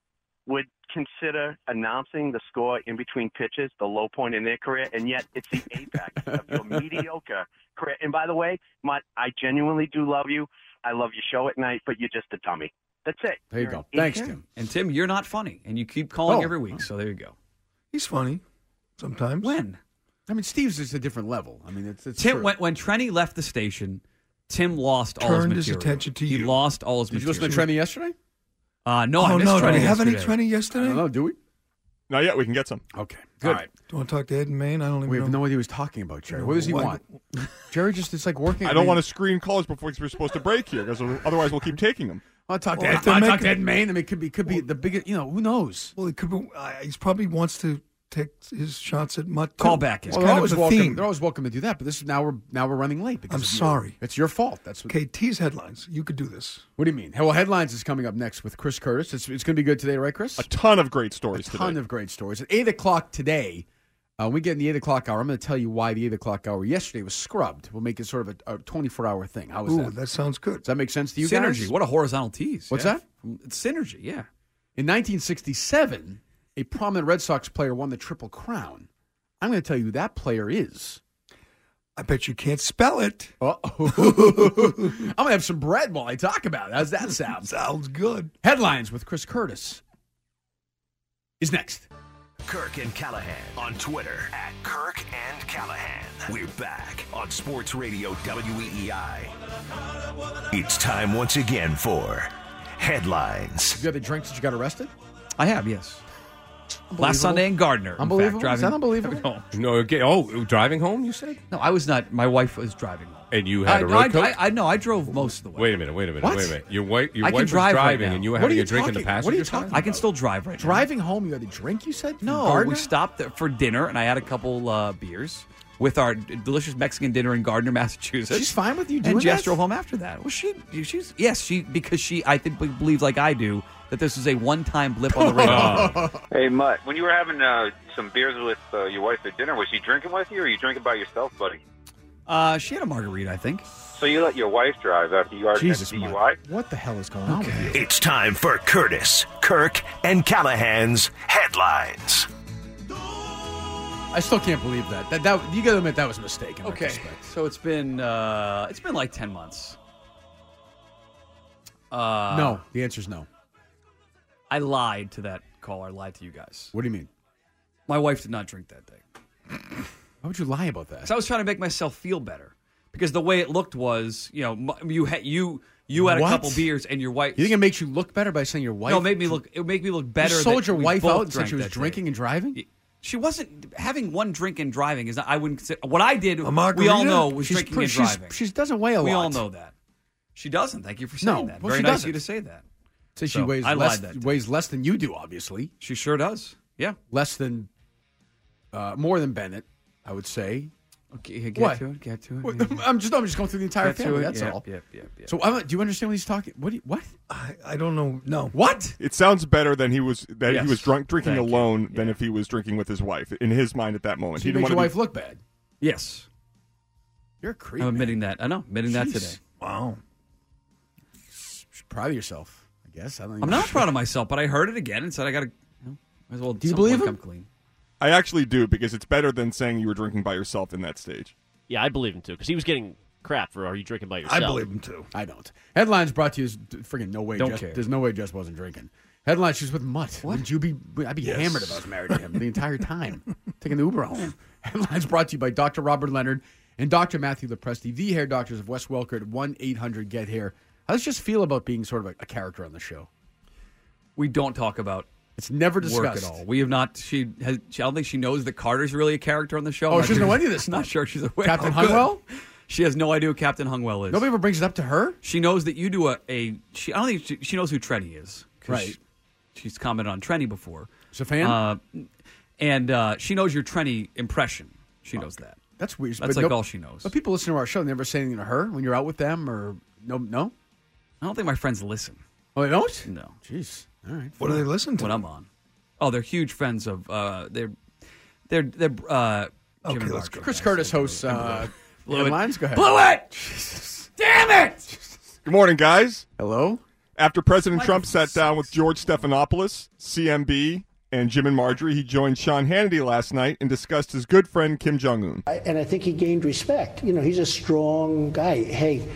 H: would consider announcing the score in between pitches the low point in their career, and yet it's the apex of your mediocre career. And by the way, Mutt, I genuinely do love you. I love your show at night, but you're just a dummy. That's it.
B: There you
H: You're
B: go.
H: an
B: Thanks,
H: idiot.
B: Tim.
C: And Tim, you're not funny, and you keep calling
B: Oh.
C: every week. So there you go.
D: He's funny sometimes.
C: When
B: I mean, Steve's just a different level. I mean, it's, it's
C: Tim
B: true.
C: when, when Trenny left the station, Tim lost all his
D: Turned his
C: material.
D: attention to
C: He
D: you.
C: lost all his
B: Did you listen
C: material.
B: to Trendy yesterday?
C: Uh, no, I
D: oh
C: missed
D: no, do
C: Trenny
D: we have any
C: yesterday.
D: Trenny
B: I
D: yesterday?
B: don't
D: Do
B: know. Do we?
F: Not yet. We can get some.
B: Okay.
C: Good.
B: All right.
D: you want to talk to Ed and Maine? I don't even
B: We have
D: know.
B: no idea what he's talking about, Jerry. What does he
D: Why-
B: want? Jerry just it's like working.
F: I don't want to screen callers before we're supposed to break here, because otherwise we'll keep taking them.
B: I'll talk to
D: Well,
B: Ed.
D: if they're
B: I'll talk
D: making-
B: to Ed Main. I mean, it could be could be the biggest. You know, who knows?
D: Well, it could be, uh, he's probably wants to take his shots at Mutt. too.
C: Call back in.
D: It's
B: Well, they're
D: kind of
B: always
D: a
B: welcome.
D: theme.
B: They're always welcome to do that. But this is now we're now we're running late. Because
D: I'm
B: of you.
D: sorry.
B: It's your fault. That's what.
D: KT's headlines. You could do this.
B: What do you mean? Well, headlines is coming up next with Chris Curtis. It's, it's going to be good today, right, Chris?
F: A ton of great stories
B: a ton
F: today.
B: of great stories. At 8 o'clock today, uh, when we get in the 8 o'clock hour, I'm going to tell you why the 8 o'clock hour yesterday was scrubbed. We'll make it sort of a, a 24 hour thing. How is
D: Ooh,
B: that?
D: that? sounds good.
B: Does that make sense to you
C: synergy.
B: guys?
C: What a horizontal tease.
B: What's that?
C: It's synergy. Yeah.
B: In 1967, a prominent Red Sox player won the Triple Crown. I'm going to tell you who that player is.
D: I bet you can't spell it.
B: Uh-oh. I'm gonna have some bread while I talk about it. How's that sound?
D: Sounds good.
B: Headlines with Chris Curtis is next.
A: Kirk and Callahan on Twitter at Kirk and Callahan. We're back on Sports Radio WEEI. It's time once again for headlines.
B: You have a drink since you got arrested?
C: I have, yes. Last Sunday in Gardner. in
B: Unbelievable.
C: fact, driving,
B: Is that unbelievable?
C: driving home.
J: No, okay. Oh, driving home, you said?
C: No, I was not. My wife was driving home.
J: And you
C: I
J: had a
C: no, I,
J: road coat?
C: I, I- no, I drove most of the way.
J: wait a minute, wait a minute,
B: What?
J: wait a minute. Your wife, your
C: I can
J: wife was
C: drive right
J: driving
C: now.
J: and you were
B: What are
J: having
B: you
J: a drink in the
B: talking- what are
J: passenger
B: you
J: side?
B: talking
C: I can still drive right now.
B: Driving home, you had a drink. You said
C: No,
B: From Gardner?
C: we stopped there for dinner, and I had a couple uh, beers with our d- delicious Mexican dinner in Gardner, Massachusetts.
B: She's fine with you doing
C: And Jess
B: that?
C: drove home after that. Well, she, she's yes, she because she I think believes like I do that this was a one-time blip on the radar.
B: Oh.
E: Hey, Mutt, when you were having uh, some beers with uh, your wife at dinner, was she drinking with you or you drinking by yourself, buddy?
C: uh, she had a margarita, I think.
E: So you let your wife drive after you already
B: Jesus,
E: had the
B: Mike.
E: DUI?
B: What the hell is going on with you?
A: It's time for Curtis, Kirk, and Callahan's headlines.
B: I still can't believe that. That, that you got to admit that was a mistake. In retrospect.
C: so it's been uh, it's been like ten months. Uh,
B: no, the answer is no.
C: I lied to that caller. Lied to you guys.
B: What do you mean?
C: My wife did not drink that day.
B: Why would you lie about that?
C: So I was trying to make myself feel better because the way it looked was, you know, m- you had you you had
B: What?
C: a couple beers and your wife.
B: you think it makes you look better by saying your wife?
C: no, it made me look. It made me look
B: You
C: better. that
B: sold your
C: we
B: wife
C: both
B: out and said
C: drank
B: she was
C: that day.
B: drinking and driving.
C: She wasn't having one drink and driving. Is not, I wouldn't consider what I did. We
D: margarita?
C: all know was
B: she's
C: drinking
B: pre-
C: and
B: she's-
C: driving.
B: She doesn't weigh a
C: we
B: lot.
C: all know that. She doesn't. Thank you for saying
B: No,
C: that.
B: well,
C: Very
B: she
C: nice
B: doesn't.
C: of you to say that.
B: So she
C: So,
B: weighs
C: I lied
B: less.
C: that day.
B: weighs less than you do, obviously.
C: She sure does. Yeah.
B: Less than, uh, more than Bennett, I would say.
C: Okay. Get
B: What?
C: to it. Get to it.
B: Wait,
C: yeah.
B: I'm just. I'm just going through the entire
C: Get to
B: family.
C: it.
B: That's
C: Yep,
B: all.
C: yep, yep, yep.
B: So I'm, do you understand what he's talking? What? do you- What?
D: I, I don't know. No.
B: What?
F: It sounds better than he was that
C: Yes.
F: he was drunk drinking
C: Thank you.
F: alone than if he was drinking with his wife in his mind at that moment.
B: So
F: he
B: you
F: didn't
B: made
F: want
B: your
F: to
B: wife look bad.
C: Yes.
B: You're a creep.
C: I'm
B: man.
C: admitting that. I know. Admitting that
B: Jeez.
C: today.
D: Wow.
B: proud of yourself. I guess I don't.
C: I'm not proud of myself, but I heard it again and said I got to. You know, might as well. Do
B: you believe him?
C: Come clean.
F: I actually do because it's better than saying you were drinking by yourself in that stage.
K: Yeah, I believe him too because he was getting crap for are you drinking by
D: I
K: yourself?
D: believe him too.
B: I don't. Headlines brought to you is friggin' no way.
C: Don't
B: Jess,
C: care.
B: There's no way Jess wasn't drinking. Headlines. She's with Mutt. What? Would you be? would- I'd be hammered if I was married to him the entire time, taking the Uber home. Headlines brought to you by Dr. Robert Leonard and Dr. Matthew Lepresti, the hair doctors of West Welker at one eight hundred Get Hair. How does it just feel about being sort of a, a character on the show?
C: We don't talk about
B: It's never
C: work
B: discussed
C: at all. We have not. She has. She, I don't think she knows that Carter's really a character on the show.
B: Oh,
C: Not
B: she doesn't
C: sure-
B: know any of this
C: Not
B: stuff.
C: sure she's aware.
B: Captain
C: Oh, good.
B: Hungwell?
C: She has no idea who Captain Hungwell is.
B: Nobody ever brings it up to her.
C: She knows that you do a. a she. I don't think she, she knows who Trenny is. 'cause
B: Right.
C: she- she's commented on Trenny before.
B: She's a fan?
C: Uh, and uh, she knows your Trenny impression. She knows that.
B: That's weird.
C: That's like all she knows.
B: But people listen to our show. They never say anything to her when you're out with them or no, no.
C: I don't think my friends listen
B: Oh, they don't.
C: No.
B: Jeez. All right.
D: What do they listen to?
C: when I'm on. Oh, they're huge friends of. Uh, they're they're they're. Uh, Jim
D: Okay,
C: and
D: let's
C: Mark.
D: go.
B: Chris Curtis hosts uh,
C: Blew it.
B: Headlines. Go ahead.
C: Blew it! Damn it!
F: Good morning, guys.
B: Hello.
F: After President Trump sat down with George Stephanopoulos, CMB, and Jim and Marjorie, he joined Sean Hannity last night and discussed his good friend Kim Jong Un.
E: And I think he gained respect. You know, he's a strong guy. Hey,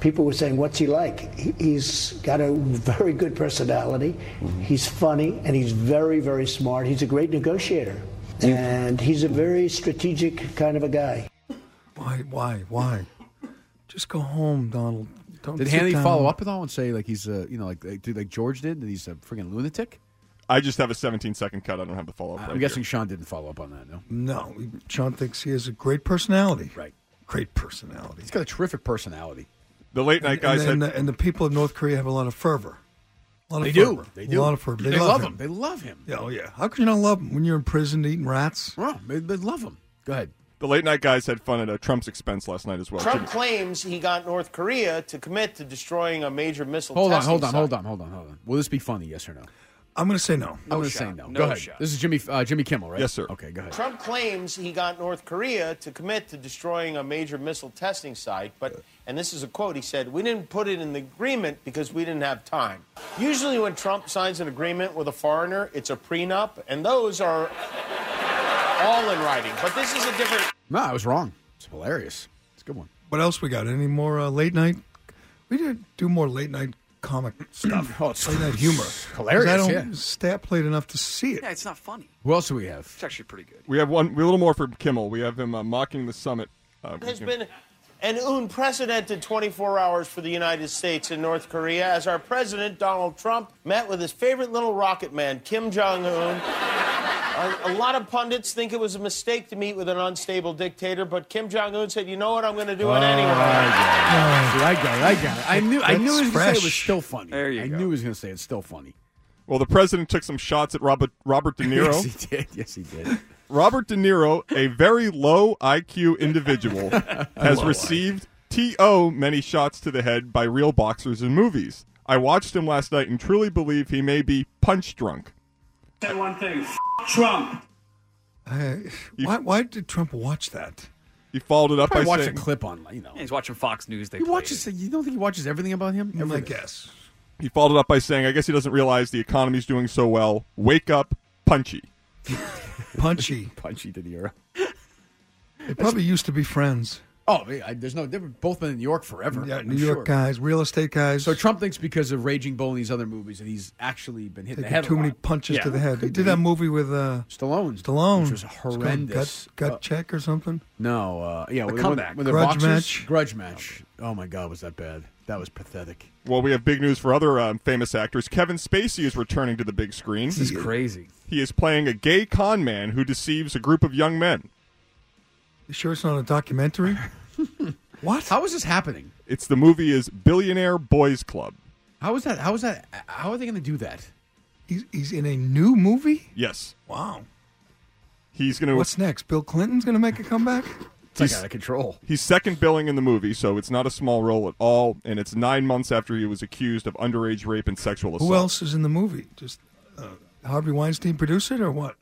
E: people were saying, what's he like? He, he's got a very good personality. He's funny, and he's very, very smart. He's a great negotiator. And he's a very strategic kind of a guy.
D: Why? Why? Why? Just go home, Donald. Don't
B: Did
D: sit
B: Hannity
D: down.
B: follow up at all and say like he's a you know like like, dude, like George did that he's a freaking lunatic?
F: I just have a 17 second cut. I don't have the follow up.
B: I'm guessing Sean didn't follow up on that. No.
D: No, John thinks he has a great personality.
B: Right.
D: Great personality.
B: He's got a terrific personality.
F: the late night guys
D: and, and,
F: had
D: the, and the people of North Korea have a lot of fervor. A lot
B: They
D: of
B: do.
D: fervor.
B: They do.
D: A lot of fervor. They,
B: love,
D: love,
B: him. They love him.
D: Yeah, oh yeah. How can you not love him when you're in prison eating rats?
B: Wow. They, they love him. Go ahead.
F: the late night guys had fun at uh, Trump's expense last night as well. Jimmy-
E: claims he got North Korea to commit to destroying a major missile
B: Hold on. Hold on. Hold on. Hold on. Hold on. Will this be funny? Yes or no?
D: I'm going to say no.
B: I'm gonna say no. go ahead. This is Jimmy uh, Jimmy Kimmel, right?
F: Yes, sir.
B: Okay. Go ahead.
E: Trump claims he got North Korea to commit to destroying a major missile testing site, but, and this is a quote, he said, We didn't put it in the agreement because we didn't have time. Usually, when Trump signs an agreement with a foreigner, it's a prenup, and those are all in writing. But this is a different.
B: No, I was wrong. It's hilarious. It's a good one.
D: What else we got? Any more uh, late night? We didn't do more late night comic stuff.
B: oh, it's
D: late night humor.
B: hilarious,
D: 'Cause I don't
B: yeah.
D: stat played enough to see it.
C: Yeah, it's not funny.
B: Who else do we have?
C: It's actually pretty good.
F: We have one. We have a little more from Kimmel. We have him uh, mocking the summit. Uh,
L: It has been an unprecedented 24 hours for the United States and North Korea as our president, Donald Trump, met with his favorite little rocket man, Kim Jong un. a, a lot of pundits think it was a mistake to meet with an unstable dictator, but Kim Jong un said, you know what, I'm going to do it anyway.
B: I got it. I got it. I knew. I knew he was going to say it was
F: fresh.
B: still funny. There you I knew he was going to say it's still funny.
F: well, the president took some shots at Robert Robert De Niro.
B: Yes, he did. Yes, he did.
F: Robert De Niro, a very low IQ individual, has
B: Low
F: received TO many shots to the head by real boxers in movies. I watched him last night and truly believe he may be punch drunk.
M: Say one thing. Trump.
D: I- why, why did Trump watch that?
F: He followed it up
B: Probably
F: by
B: watched
F: saying,
B: a clip on. You know,
C: he's watching Fox News. They
B: he watches. You don't think he watches everything about him? Everything.
D: I guess.
F: He followed it up by saying, "I guess he doesn't realize the economy's doing so well. Wake up, punchy."
D: Punchy.
B: Punchy De Niro.
D: They probably used to be friends.
B: Oh, I- I, there's no. They've both been in New York forever.
D: Yeah,
B: I'm
D: New York
B: sure.
D: guys, real estate guys.
B: So Trump thinks because of Raging Bull and these other movies that he's actually been hitting the
D: taking
B: head a
D: too many
B: lot.
D: punches
B: Yeah.
D: to the head. He
B: Could
D: did
B: be.
D: that movie with uh,
B: Stallone.
D: Stallone,
B: which was
D: It's called
B: horrendous.
D: Gut, gut
B: Uh,
D: check or something.
B: No, uh, yeah,
C: The
B: when-
C: comeback.
B: when the
D: Grudge
B: boxers-
D: match.
B: grudge match. Oh my God, was that bad? That was pathetic.
F: Well, we have big news for other um, famous actors. Kevin Spacey is returning to the big screen.
C: This is crazy.
F: He is playing a gay con man who deceives a group of young men.
D: You sure it's not a documentary? what?
B: How is this happening?
F: It's the movie is Billionaire Boys Club.
B: How is that? How is that? How are they going to do that?
D: He's, he's in a new movie?
F: Yes,
D: Wow.
F: he's going to.
D: What's next? Bill Clinton's going to make a comeback?
B: It's like out of control.
F: He's second billing in the movie, so it's not a small role at all, and it's nine months after he was accused of underage rape and sexual assault.
D: Who else is in the movie? Just uh, Harvey Weinstein produced it or what?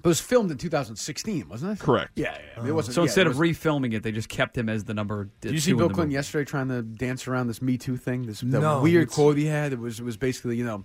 B: But it was filmed in 2016, wasn't it?
F: Correct.
B: Yeah, yeah. I mean, it wasn't,
C: So
B: yeah,
C: instead
B: it
C: of
B: wasn't-
C: refilming it, they just kept him as the number.
B: Uh, Did you see Bill Clinton yesterday trying to dance around this Me Too thing? This that
D: No,
B: weird
D: it's-
B: quote he had. It was it was basically you know,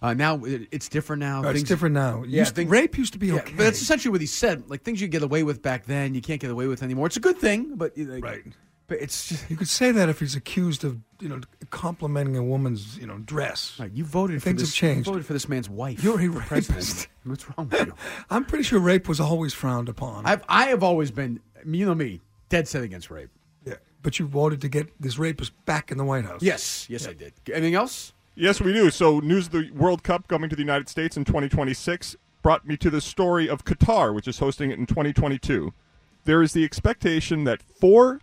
B: uh, now it, it's different now.
D: Oh, it's different now. It used- rape used to be okay.
B: but that's essentially what he said. Like things you get away with back then, you can't get away with anymore. It's a good thing, but you know, like,
D: Right.
B: But it's just
D: You could say that if he's accused of, you know, complimenting a woman's, you know, dress.
B: like you voted.
D: Things
B: for
D: have
B: this,
D: changed.
B: You voted for this man's wife.
D: You're a
B: for president.
D: rapist.
B: What's wrong with you?
D: I'm pretty sure rape was always frowned upon.
B: I've I have always been you know me dead set against rape.
D: yeah. But you voted to get this rapist back in the White House.
B: Yes, yes, I did. Anything else?
F: Yes, we do. So, news of the World Cup coming to the United States in 2026 brought me to the story of Qatar, which is hosting it in 2022. There is the expectation that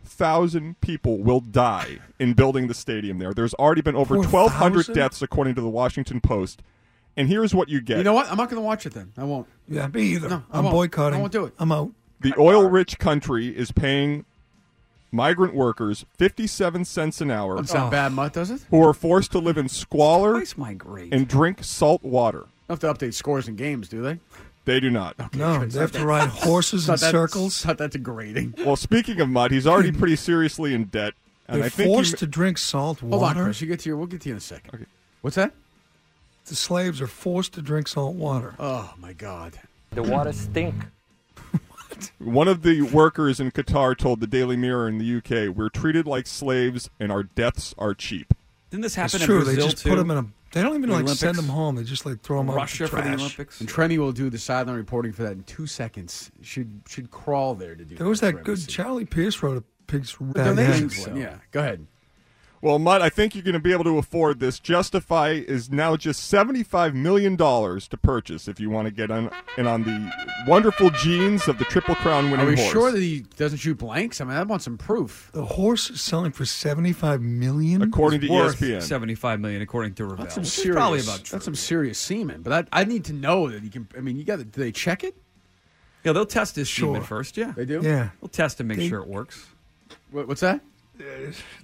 F: 4,000 people will die in building the stadium there. There's already been over 1,200
D: 4,000?
F: deaths, according to the Washington Post. And here's what you get
B: You know what? I'm not going to watch it then. I won't.
D: Yeah, me either.
B: No, I
D: I'm
B: won't.
D: boycotting.
B: I won't do it.
D: I'm out.
F: the oil rich country is paying migrant workers 57 cents an hour
B: Doesn't sound bad, Mutt, does it?
F: who are forced to live in squalor
C: Twice my grade.
F: and drink salt water.
B: Don't have to update scores and games, do they?
F: They do not.
B: Oh.
D: No, they have to ride horses in
B: Not that-
D: circles.
B: Not that degrading.
F: Well, speaking of mud, he's already pretty seriously in debt, and
D: They're
F: I think he-
D: forced to drink salt
B: Hold on,
D: water.
B: Chris. You get to your. We'll get to you in a second. What's that?
D: The slaves are forced to drink salt water.
B: Oh my God.
M: The water stink.
F: one of the workers in Qatar told the Daily Mirror in the UK, "We're treated like slaves, and our deaths are cheap."
C: Didn't this
D: It's
C: happen in
D: true.
C: Brazil
D: They just
C: too?
D: put them in a. They don't even
C: The
D: like send
C: Olympics?
D: them home. They just like throw them out
C: Russia
D: to
C: for the
D: trash.
C: Olympics.
B: And Tremi will do the sideline reporting for that in two seconds. Should should crawl there to do.
D: There was that good
B: Tremi.
D: Charlie Pierce wrote a pig's
B: Don't
D: bad
B: they
D: eggs.
B: think so? Yeah. Go ahead.
F: Well, Mutt, I think you're going to be able to afford this. Justify is now just seventy-five million dollars to purchase if you want to get on in on the wonderful genes of the Triple Crown
B: Are
F: winning
B: we
F: horse.
B: sure that he doesn't shoot blanks? I mean, I want some proof.
D: The horse is selling for seventy-five million.
F: According to E
C: worth
F: ESPN,
C: seventy-five million, according to Ravel.
B: That's some
C: Which is
B: serious.
C: probably about true.
B: that's some serious semen. But I, I need to know that he can. I mean, you got to. Do they check it?
C: Yeah, they'll test his
D: Sure.
C: semen first. Yeah,
B: They do.
D: yeah,
C: They'll test and make sure it works.
B: What, what's that?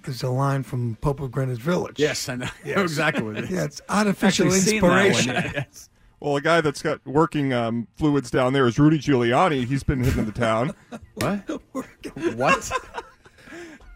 D: there's a line from Pope of Greenwich Village.
B: Yes, I know I know exactly what it is.
D: Yeah, it's artificial
C: Actually seen that one,
D: inspiration.
C: yeah.
F: well, a guy that's got working um, fluids down there is Rudy Giuliani. He's been hitting the town.
B: What? what?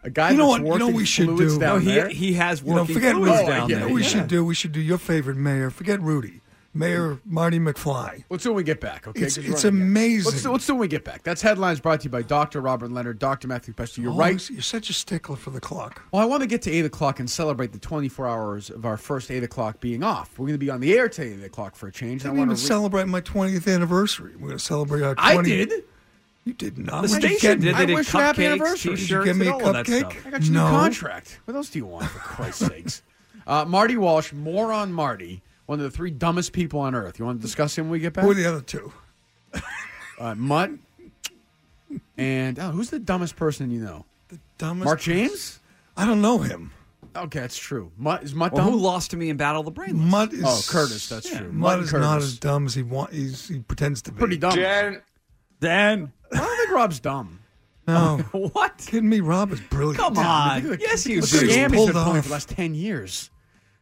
B: A guy
D: You know
B: that's
D: what- you know
B: working
D: we should
B: fluids
D: do?
B: down
C: No, Oh, he
B: there?
C: he has
D: You know,
C: working
D: forget
C: fluids
D: Rudy.
C: down
D: You
C: there.
D: know what we
C: Yeah.
D: should do. We should do your favorite mayor. Forget Rudy. Mayor Marty McFly.
B: Let's do when we get back, okay?
D: It's,
B: 'Cause we're
D: it's
B: running out.
D: amazing.
B: Let's do, let's do when we get back. That's headlines brought to you by Dr. Robert Leonard, Dr. Matthew Pester. You're right.
D: Always- You're such a stickler for the clock.
B: Well, I want to get to 8 o'clock and celebrate the 24 hours of our first 8 o'clock being off. We're going to be on the air till 8 o'clock for a
D: I
B: change. and
D: didn't even
B: wanna re-
D: celebrate my 20th anniversary. We're going to celebrate our 20th.
B: I did.
D: You did not.
B: The
D: Where'd you
B: station
D: get
B: did.
D: me?
B: They did I wish you happy cupcakes, anniversary.
D: Did you
B: t-shirts,
D: give me a
B: and all of that
D: cupcake?
B: stuff. I got you a new
D: no.
B: contract. What else do you want, for Christ's sakes? Uh, Marty Walsh, moron Marty, one of the three dumbest people on earth. You want to discuss him when we get back?
D: Who are the other two?
B: Uh, Mutt. And oh, who's the dumbest person you know? The
D: dumbest.
B: Mark James?
D: I don't know him.
B: Okay, that's true. Mutt is Mutt
C: Well,
B: dumb?
C: who lost to me in Battle of the Brainless?
D: Mutt is.
B: Oh, Curtis, that's true.
D: Mutt
B: Mutt
D: is
B: Curtis.
D: not as dumb as he want, he's, he pretends to be.
B: Pretty dumb. Dan.
C: Dan.
B: I don't think Rob's dumb.
D: No.
C: what?
D: Kidding me? Rob is brilliant.
B: Come on.
C: Yes, he
B: Look
C: was
B: at the
C: dumb.
B: scam he's
C: Pulled
B: been pulling for
C: off.
B: the last 10 years.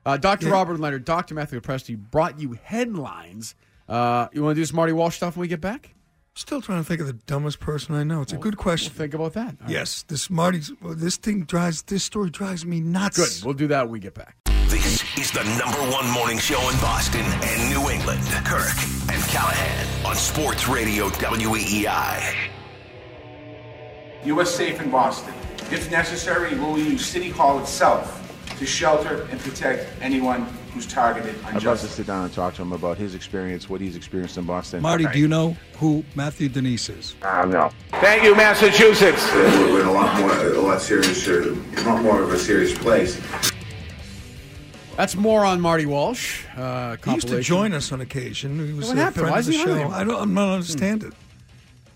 B: Uh, Dr. Robert Leonard, Dr. Matthew Presti brought you headlines. Uh, you want to do some Marty Walsh stuff when we get back?
D: Still trying to think of the dumbest person I know. It's a good question.
B: think about that.
D: Yes, this Marty's. well, This thing drives. This story drives me nuts.
B: Good. We'll do that when we get back.
A: This is the number one morning show in Boston and New England. Kirk and Callahan on Sports Radio E WEEI.
N: You are safe in Boston. If necessary, we'll use City Hall itself to shelter and protect anyone who's targeted
O: I'd love to
N: unjustly.
O: sit down and talk to him about his experience, what he's experienced in Boston.
P: Marty, do you know who Matthew Denise is?
O: Uh, no.
N: Thank you, Massachusetts.
Q: We're in a lot more, a lot seriouser, a lot more of a serious place.
B: That's more on Marty Walsh. Uh,
D: He used to
B: compilation.
D: join us on occasion. He was
B: What
D: a
B: happened?
D: friend
B: Why
D: of
B: is
D: the
B: he Hmm. on
D: show.
B: there?
D: I don't. I'm not understand it.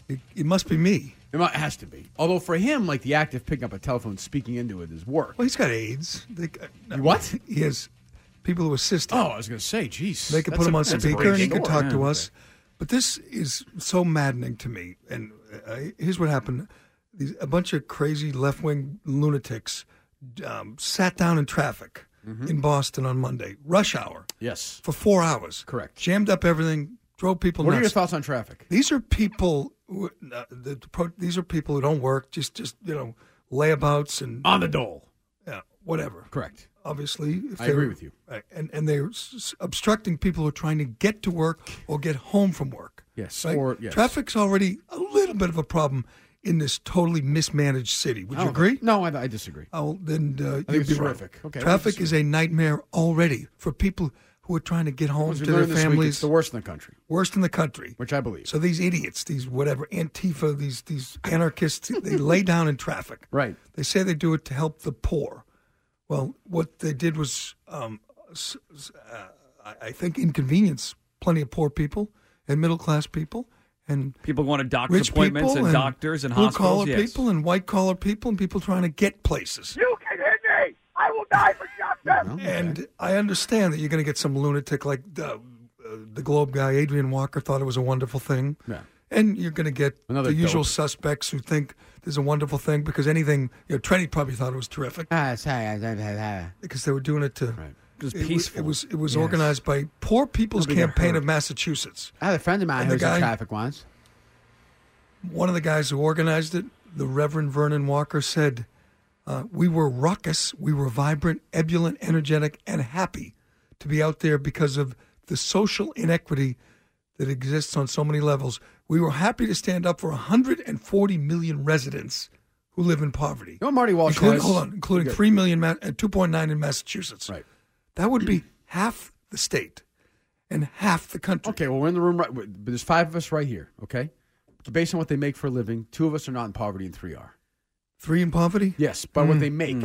D: it. It must be me.
B: It mu- has to be. Although for him, like the act of picking up a telephone, and speaking into it is work.
D: Well, he's got AIDS. They, uh,
B: what?
D: He has people who assist him.
B: Oh, I was going to say, jeez.
D: They can
B: That's
D: put him
B: a-
D: on
B: that's a
D: speaker
B: great
D: and he can
B: story.
D: talk to
B: Yeah.
D: us. But this is so maddening to me. And uh, here's what happened: These, a bunch of crazy left-wing lunatics um, sat down in traffic
B: Mm-hmm.
D: in Boston on Monday, rush hour.
B: Yes.
D: for four hours.
B: Correct.
D: Jammed up everything, drove people.
B: What are your
D: nuts.
B: thoughts on traffic?
D: These are people. Who, uh, the, pro these are people who don't work. Just, just you know, layabouts and
B: On the dole.
D: Yeah, whatever.
B: Uh, Correct.
D: Obviously, if
B: I
D: they're-
B: agree with you.
D: Right, Uh, And and they're s- s- obstructing people who are trying to get to work or get home from work.
B: Yes.
D: right?
B: Or yes.
D: Traffic's already a little bit of a problem in this totally mismanaged city. Would
B: I
D: you
B: don't
D: agree?
B: think- No, I, I disagree.
D: Oh, then uh,
B: Oh. think
D: you'd
B: it's
D: be wrong.
B: terrific. Okay, I
D: traffic
B: disagree.
D: is a nightmare already for people who are trying to get home
B: As
D: to
B: we
D: their
B: learned this week,
D: families.
B: it's the worst in the country.
D: Worst in the country,
B: which I believe.
D: So these idiots, these whatever Antifa, these these anarchists, they lay down in traffic.
B: Right.
D: They say they do it to help the poor. Well, what they did was, um, s- s- uh, I- I think, inconvenience plenty of poor people and middle class people and
C: People going to doctor's
D: rich
C: appointments
D: people
C: and, doctors and
D: blue
C: hospitals.
D: collar
C: yes.
D: people and white collar people and people trying to get places.
R: You can hit me. I will die for justice.
D: And I understand that you're going to get some lunatic like the, uh, the Globe guy, Adrian Walker, thought it was a wonderful thing.
B: Yeah.
D: And you're going to get
B: Another
D: the usual
B: dope.
D: suspects who think this is a wonderful thing because anything, you know, Trenny probably thought it was terrific.
B: Ah, sorry.
D: Because they were doing it to.
B: It was
D: wa-
B: peaceful.
D: It was, it was
B: Yes.
D: organized by Poor People's
B: Nobody got
D: Campaign
B: hurt.
D: of Massachusetts.
B: I had a friend of mine
D: And
B: who
D: the
B: was in
D: guy-
B: traffic once.
D: One of the guys who organized it, the Reverend Vernon Walker, said, uh, We were ruckus, we were vibrant, ebullient, energetic, and happy to be out there because of the social inequity that exists on so many levels. We were happy to stand up for 140 million residents who live in poverty.
B: You know what Marty Walsh
D: including,
B: was?
D: hold on, including
B: Okay.
D: 3 million Ma- uh, and 2.9 in Massachusetts. Right. That would be half the state and half the country.
B: Okay, well, we're in the room right. But there's five of us right here. Okay, based on what they make for a living, two of us are not in poverty and three are.
D: Three in poverty?
B: Yes, by what they make.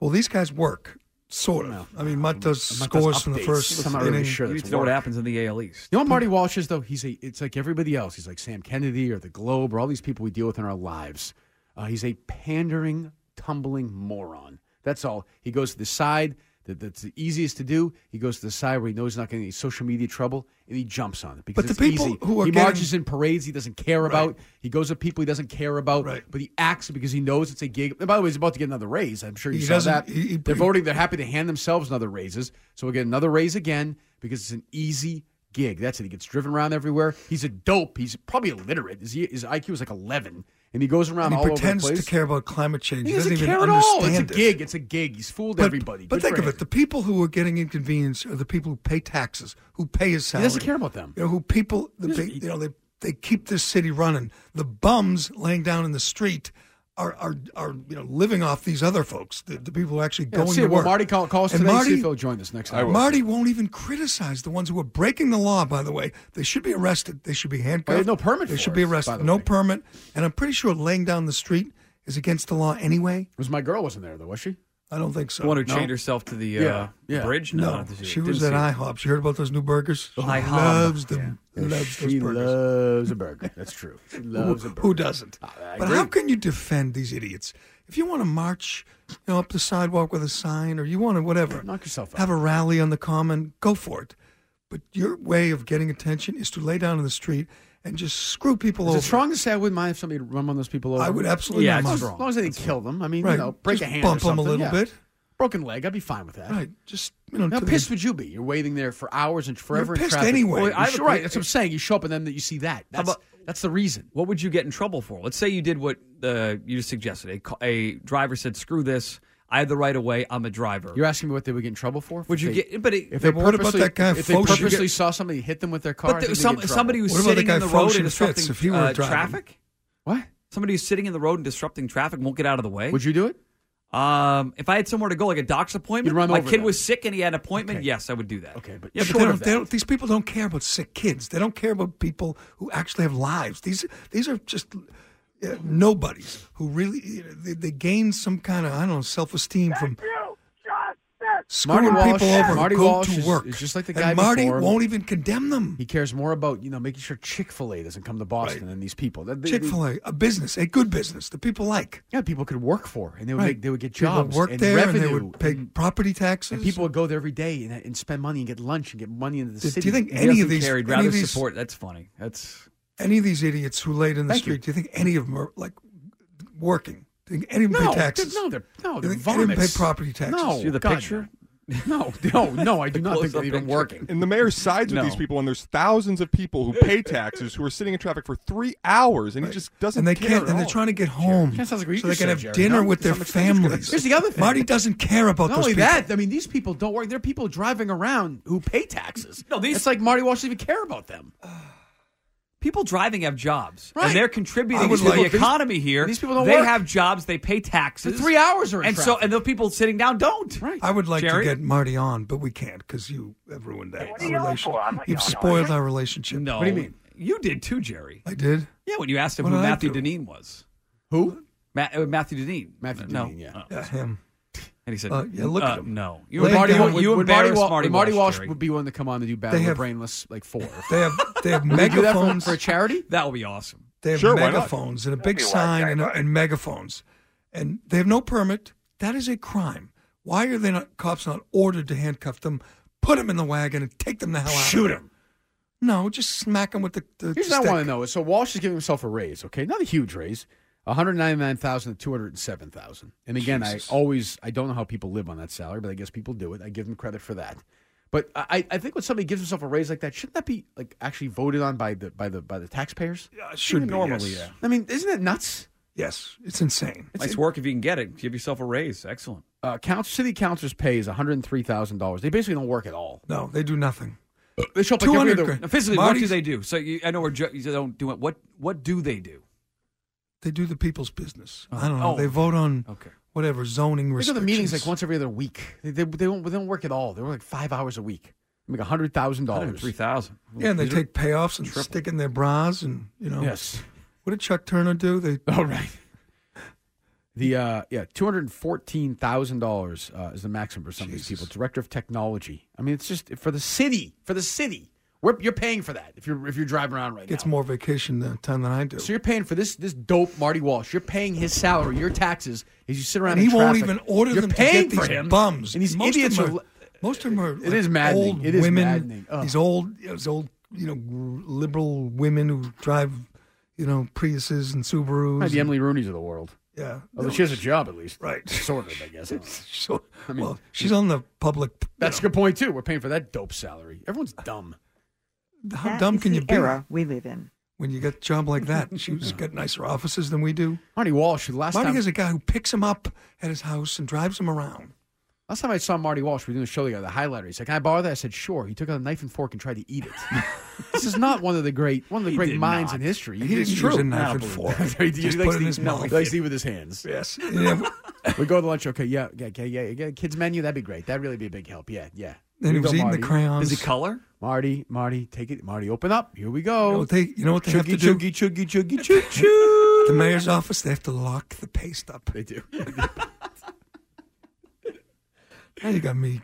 D: Well, these guys work, sort of. I mean, Mutt does
B: Mutt does
D: scores from the
B: updates.
D: 1st
B: I'm not really
D: inning.
B: sure
C: You
B: that's
C: need to know what
B: work.
C: happens in the AL East.
B: You know what Marty Walsh is though? He's a it's like everybody else. He's like Sam Kennedy or the Globe or all these people we deal with in our lives. Uh, he's a pandering, tumbling moron. That's all. He goes to the side that, that's the easiest to do. He goes to the side where he knows he's not getting any social media trouble, and he jumps on it because
D: But the
B: it's
D: people
B: easy.
D: who are
B: he
D: getting-
B: marches in parades he doesn't care about. He goes to people he doesn't care about. But he acts because he knows it's a gig. And by the way, he's about to get another raise. I'm sure you
D: He
B: saw
D: doesn't-
B: that.
D: he- he-
B: They're voting. They're happy to hand themselves another raises. So we'll get another raise again because it's an easy gig. That's it. He gets driven around everywhere. He's a dope. He's probably illiterate. His, his IQ is like 11. and he goes
D: And
B: around
D: he
B: all
D: pretends
B: over the
D: to
B: place.
D: care about climate change.
B: He
D: He doesn't,
B: doesn't
D: even
B: care at all.
D: understand
B: It's a
D: it.
B: gig. It's a gig. He's fooled
D: But-
B: everybody.
D: But
B: Good
D: think
B: for
D: of
B: him.
D: it: the people who are getting inconvenienced are the people who pay taxes, who pay his
B: He
D: salary.
B: doesn't care about them.
D: You know, who people, the,
B: He doesn't-
D: big- you know, they, they keep this city running. The bums laying down in the street are, are, are you know, living off these other folks, the, the people who are actually
B: Yeah,
D: going
B: let's see
D: to
B: it. Well,
D: work.
B: Marty, call- call us
D: and
B: today and see
D: Marty,
B: if he'll join us next hour.
D: Marty won't even criticize the ones who are breaking the law, by the way. They should be arrested. They should be handcuffed.
B: no permit
D: They
B: for
D: should be
B: it, by
D: arrested.
B: the
D: no permit. And I'm pretty sure laying down in the street is against the law anyway.
B: Was my girl wasn't there though? Was she?
D: I don't think so.
C: The one who
D: No.
C: chained herself to the uh,
D: Yeah,
B: yeah.
C: bridge?
D: No,
C: did you-
D: she
C: didn't
D: was
C: see
D: at
C: it.
D: IHOP. She heard about those new burgers. She
C: IHOP.
D: loves them. Loves those
B: She
D: burgers.
B: loves a burger. That's true. She loves a
D: who,
B: burger.
D: who doesn't? but
B: agree.
D: how can you defend these idiots? If you want to march you know, up the sidewalk with a sign, or you want to whatever,
B: knock yourself out.
D: Have a rally on the common. Go for it. But your way of getting attention is to lay down in the street and just screw people
B: Is
D: over.
B: it strong to say I wouldn't mind if somebody run on those people over?
D: I would absolutely Yeah, not it's mind.
B: As
D: strong.
B: long as they didn't kill them. I mean,
D: Right.
B: you know, break
D: Just
B: a hand,
D: bump
B: or
D: 'em a
B: something,
D: little
B: yeah.
D: bit.
B: Broken leg, I'd be fine with that.
D: Right. Just you know.
B: How
D: to the-
B: pissed would you be? You're waiting there for hours and forever. in
D: pissed
B: traffic.
D: anyway.
B: Well,
D: You
B: I,
D: should-
B: right. That's what I'm saying. You show up and then that you see that.
C: How
B: That's
C: about-
B: that's the reason.
C: What would you get in trouble for? Let's say you did what uh, you just suggested. A, ca- a driver said, "Screw this! I have the right of way. I'm a driver."
B: You're asking me what they would get in trouble for?
C: Would
B: If
C: you
B: they-
C: get- but it-
B: if
C: Yeah,
B: they
C: but what about
B: purposely,
C: that guy
B: if they
C: Foch? Would you
B: purposely
C: get-
B: saw somebody hit them with their car, I
C: But
B: think
C: there,
B: we'd get
C: some,
B: in trouble.
C: somebody who's
D: What about the
C: sitting
D: guy
C: in the road
D: Foch
C: and
D: and Fitz,
C: disrupting
D: if he were
C: uh,
D: driving?
C: traffic.
B: What?
C: Somebody who's sitting in the road and disrupting traffic won't get out of the way.
B: Would you do it?
C: Um, if I had somewhere to go, like a doc's appointment,
B: You'd run
C: my
B: over
C: kid
B: them.
C: was sick and he had an appointment. Yes, I would do that. Okay,
D: Yeah, but they don't, they don't, these people don't care about sick kids. They don't care about people who actually have lives. These these are just uh, nobodies who really you know, they, they gain some kind of I don't know self esteem from
B: Marty
D: screwing
B: Walsh,
D: people over.
B: Marty
D: go
B: Walsh
D: to
B: is,
D: work.
B: is just like the
D: And
B: guy
D: Marty
B: before him.
D: won't even condemn them.
B: He cares more about you know making sure Chick Fil A doesn't come to Boston than these people. That- they-
D: Chick Fil A, a business, a good business that people like.
B: Yeah, people could work for, and they would
D: Right.
B: make, they would get
D: People
B: jobs,
D: work
B: and
D: there, and they
B: revenue,
D: would pay property taxes.
B: and people would go there every day and, and spend money and get lunch and get money into the
D: Do- do
B: city.
D: you think
B: And
D: any
B: doesn't
D: of these-
B: care.
C: Carried
D: any
C: rather
D: of these-
C: support. That's funny. That's
D: Any of these idiots who laid in the
B: Thank you.
D: street, do you think any of them are like working? Do you think any of them
B: no,
D: pay taxes?
B: They're, no, they're no,
D: Do
B: they're
D: you think any of them
B: vomits.
D: pay property taxes?
B: No,
C: See the
B: God,
C: picture?
B: No, no, no. I do not think
C: close-up
B: they're even
C: picture.
B: working.
F: And the mayor sides with
C: No.
F: these people, and there's thousands of people who pay taxes who are sitting in traffic for three hours, and he just doesn't.
D: and they
F: care
D: can't,
F: at
D: and they're
F: all.
D: trying to get home
B: That sounds like what you
D: so they
B: just
D: can
B: said,
D: have
B: Jerry.
D: dinner
B: No,
D: with
B: to
D: their
B: some extent it's good.
D: families.
B: Here's the other thing.
D: Marty doesn't care about
B: Not
D: those
B: only
D: people.
B: that, I mean, these people don't work. They're people driving around who pay taxes.
C: No, these-
B: It's like Marty Walsh doesn't even care about them.
C: people driving have jobs
B: Right.
C: and they're
B: I
C: contributing to
B: would like-
C: the economy here.
B: These people don't
C: They
B: work.
C: have jobs. They pay taxes.
B: For three hours are in
C: and so
B: traffic.
C: and the people sitting down don't.
B: Right.
D: I would like
C: Jerry?
D: to get Marty on, but we can't because you have ruined that
R: are you on
D: relationship.
R: for? I'm not
D: You've
R: on.
D: spoiled our relationship.
C: No.
B: What do you mean?
C: You did too, Jerry.
D: I did.
C: Yeah, when you asked him
D: What
C: who
D: did I
C: Matthew
D: do?
C: Deneen was.
B: Who?
C: Ma- uh, Matthew Deneen.
B: Matthew
C: no.
B: Deneen, yeah.
C: Oh.
D: Yeah, him.
C: And he said,
D: Uh, yeah, look at
C: uh,
D: him.
C: No.
D: Lay
B: Would Marty,
D: down
B: Walsh
D: with-
B: you would
C: would
B: Marty, Wa-
C: Marty,
B: would Marty Walsh,
C: Walsh Jerry.
B: would be one to come on to do Battle
D: They
B: with
D: have-
B: Brainless like four.
D: They have they have
B: Would we do that for,
D: megaphones.
B: for a charity?
C: That would be awesome.
D: They have
F: Sure, why not?
D: megaphones and a big
R: be wise,
D: sign
R: guy,
D: and, a,
R: bud.
D: and megaphones, and they have no permit. That is a crime. Why are they not cops not ordered to handcuff them, put them in the wagon, and take them the hell out?
B: Shoot
D: them. No, just smack them with the. the
B: Here's
D: stick.
B: what I want to know. So Walsh is giving himself a raise, okay? Not a huge raise. 199,000 to 207,000. And again, I always I don't know how people live on that salary, but I guess people do it. I give them credit for that. But I, I think when somebody gives himself a raise like that, shouldn't that be like actually voted on by the by the by the taxpayers?
D: Uh, should be
F: Normally,
D: yes.
F: yeah.
B: I mean, isn't it nuts?
D: Yes, it's insane.
C: Nice work if you can get it. Give yourself a raise. Excellent.
B: Uh, count, city councilors pay is $103,000. They basically don't work at all.
D: No, they do nothing.
B: They show up like every
D: 200
B: other
D: grand.
C: Now, physically, what do
D: Marty's-
C: they do? So you, I know we're ju- you don't do it. What What do they do?
D: They do the people's business. I don't know.
C: Oh.
D: They vote on
C: Okay.
D: whatever zoning
B: They go to
D: restrictions.
B: meetings like once every other week. They, they, they, don't, they don't work at all. They work like five hours a week. They make hundred thousand dollars.
C: Three thousand.
D: Yeah, and they take payoffs and stick in their bras and you know.
B: Yes.
D: What did Chuck Turner do? They
B: All right. The uh, yeah, two hundred fourteen thousand dollars uh, is the maximum for some of these people. Director of technology. I mean, it's just for the city. For the city, We're, you're paying for that if you're if you're driving around right
D: gets
B: now.
D: more vacation than, time than I do.
B: so you're paying for this this dope Marty Walsh. You're paying his salary, your taxes, as you sit around.
D: and he
B: in
D: won't
B: traffic.
D: even order
B: you're
D: them to
B: paying
D: get these
B: for him.
D: bums.
B: And these
D: most
B: idiots
D: of them are,
B: are.
D: most of them are. like
B: is maddening.
D: Old
B: It is
D: women,
B: maddening. Ugh.
D: These old, these old, you know, liberal women who drive, you know, Priuses and Subarus.
B: Might be
D: and-
B: Emily Rooney's of the world.
D: yeah,
B: Although she has a job at least,
D: Right.
B: Sort of, I guess. I don't know.
D: So,
B: I mean,
D: well, she's on the public. you
B: That's a
D: know,
B: good point too. We're paying for that dope salary. Everyone's dumb.
D: How dumb can you be?
S: we live in.
D: when you get a job like that. She's got nicer offices than we do.
B: Marty Walsh, the last
D: Marty
B: time-
D: is a guy who picks him up at his house and drives him around.
B: Last time I saw Marty Walsh, we were doing a show together, the highlighter. He's like, "Can I borrow that?" I said, "Sure." He took out a knife and fork and tried to eat it. this is not one of the great one of the great
D: did
B: minds
D: not.
B: in history.
D: He didn't
B: It's
D: use
B: true.
D: a knife
B: I don't
D: and fork.
B: believe that. he
D: Just
B: likes
D: put it
B: to
D: in his
B: eat- no,
D: mouth.
B: He likes to eat with his hands.
D: Yes.
B: we go to lunch. Okay, yeah, yeah, yeah, yeah, yeah. Kids menu, that'd be great. That'd really be a big help. Yeah, yeah.
D: Then he
B: Here we
D: was
B: go,
D: eating the
B: Marty.
D: crayons.
B: Does he color? Marty, Marty, take it. Marty, open up. Here we go.
D: You know what they- you know what they have
B: Chuggy,
D: to do?
B: Chuggy, chuggy, chuggy, chuggy, choo.
D: The mayor's office, they have to lock the paste up.
B: They do.
D: now you got me.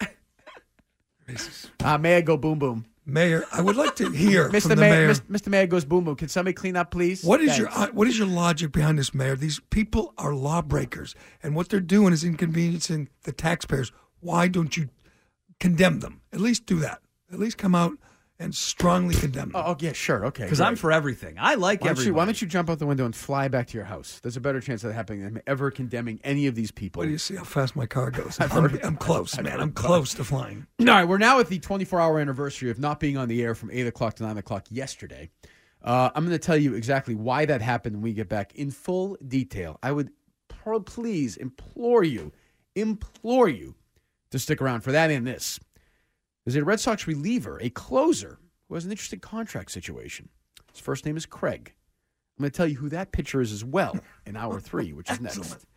B: Ah, Mayor, go boom, boom.
D: Mayor, I would like to hear
B: Mr.
D: from the
B: Mayor,
D: mayor.
B: Mr. Mr. Mayor goes boom, boom. Can somebody clean up, please?
D: What is your uh,
B: Thanks.
D: what is your logic behind this, Mayor? These people are lawbreakers, and what they're doing is inconveniencing the taxpayers. Why don't you condemn them? At least do that. At least come out and strongly condemn them.
B: Oh, yeah, sure, okay.
C: Because I'm for everything. I like
B: why don't, you,
C: everything.
B: why don't you jump out the window and fly back to your house? There's a better chance of that happening than ever condemning any of these people.
D: What do you see how fast my car goes? I'm, I'm close, man. I'm close to flying.
B: All right, we're now at the 24 hour anniversary of not being on the air from 8 o'clock to 9 o'clock yesterday. Uh, I'm going to tell you exactly why that happened when we get back in full detail. I would pro- please implore you, implore you to stick around for that and this. There's a Red Sox reliever, a closer, who has an interesting contract situation. His first name is Craig. I'm going to tell you who that pitcher is as well in hour three, which is next.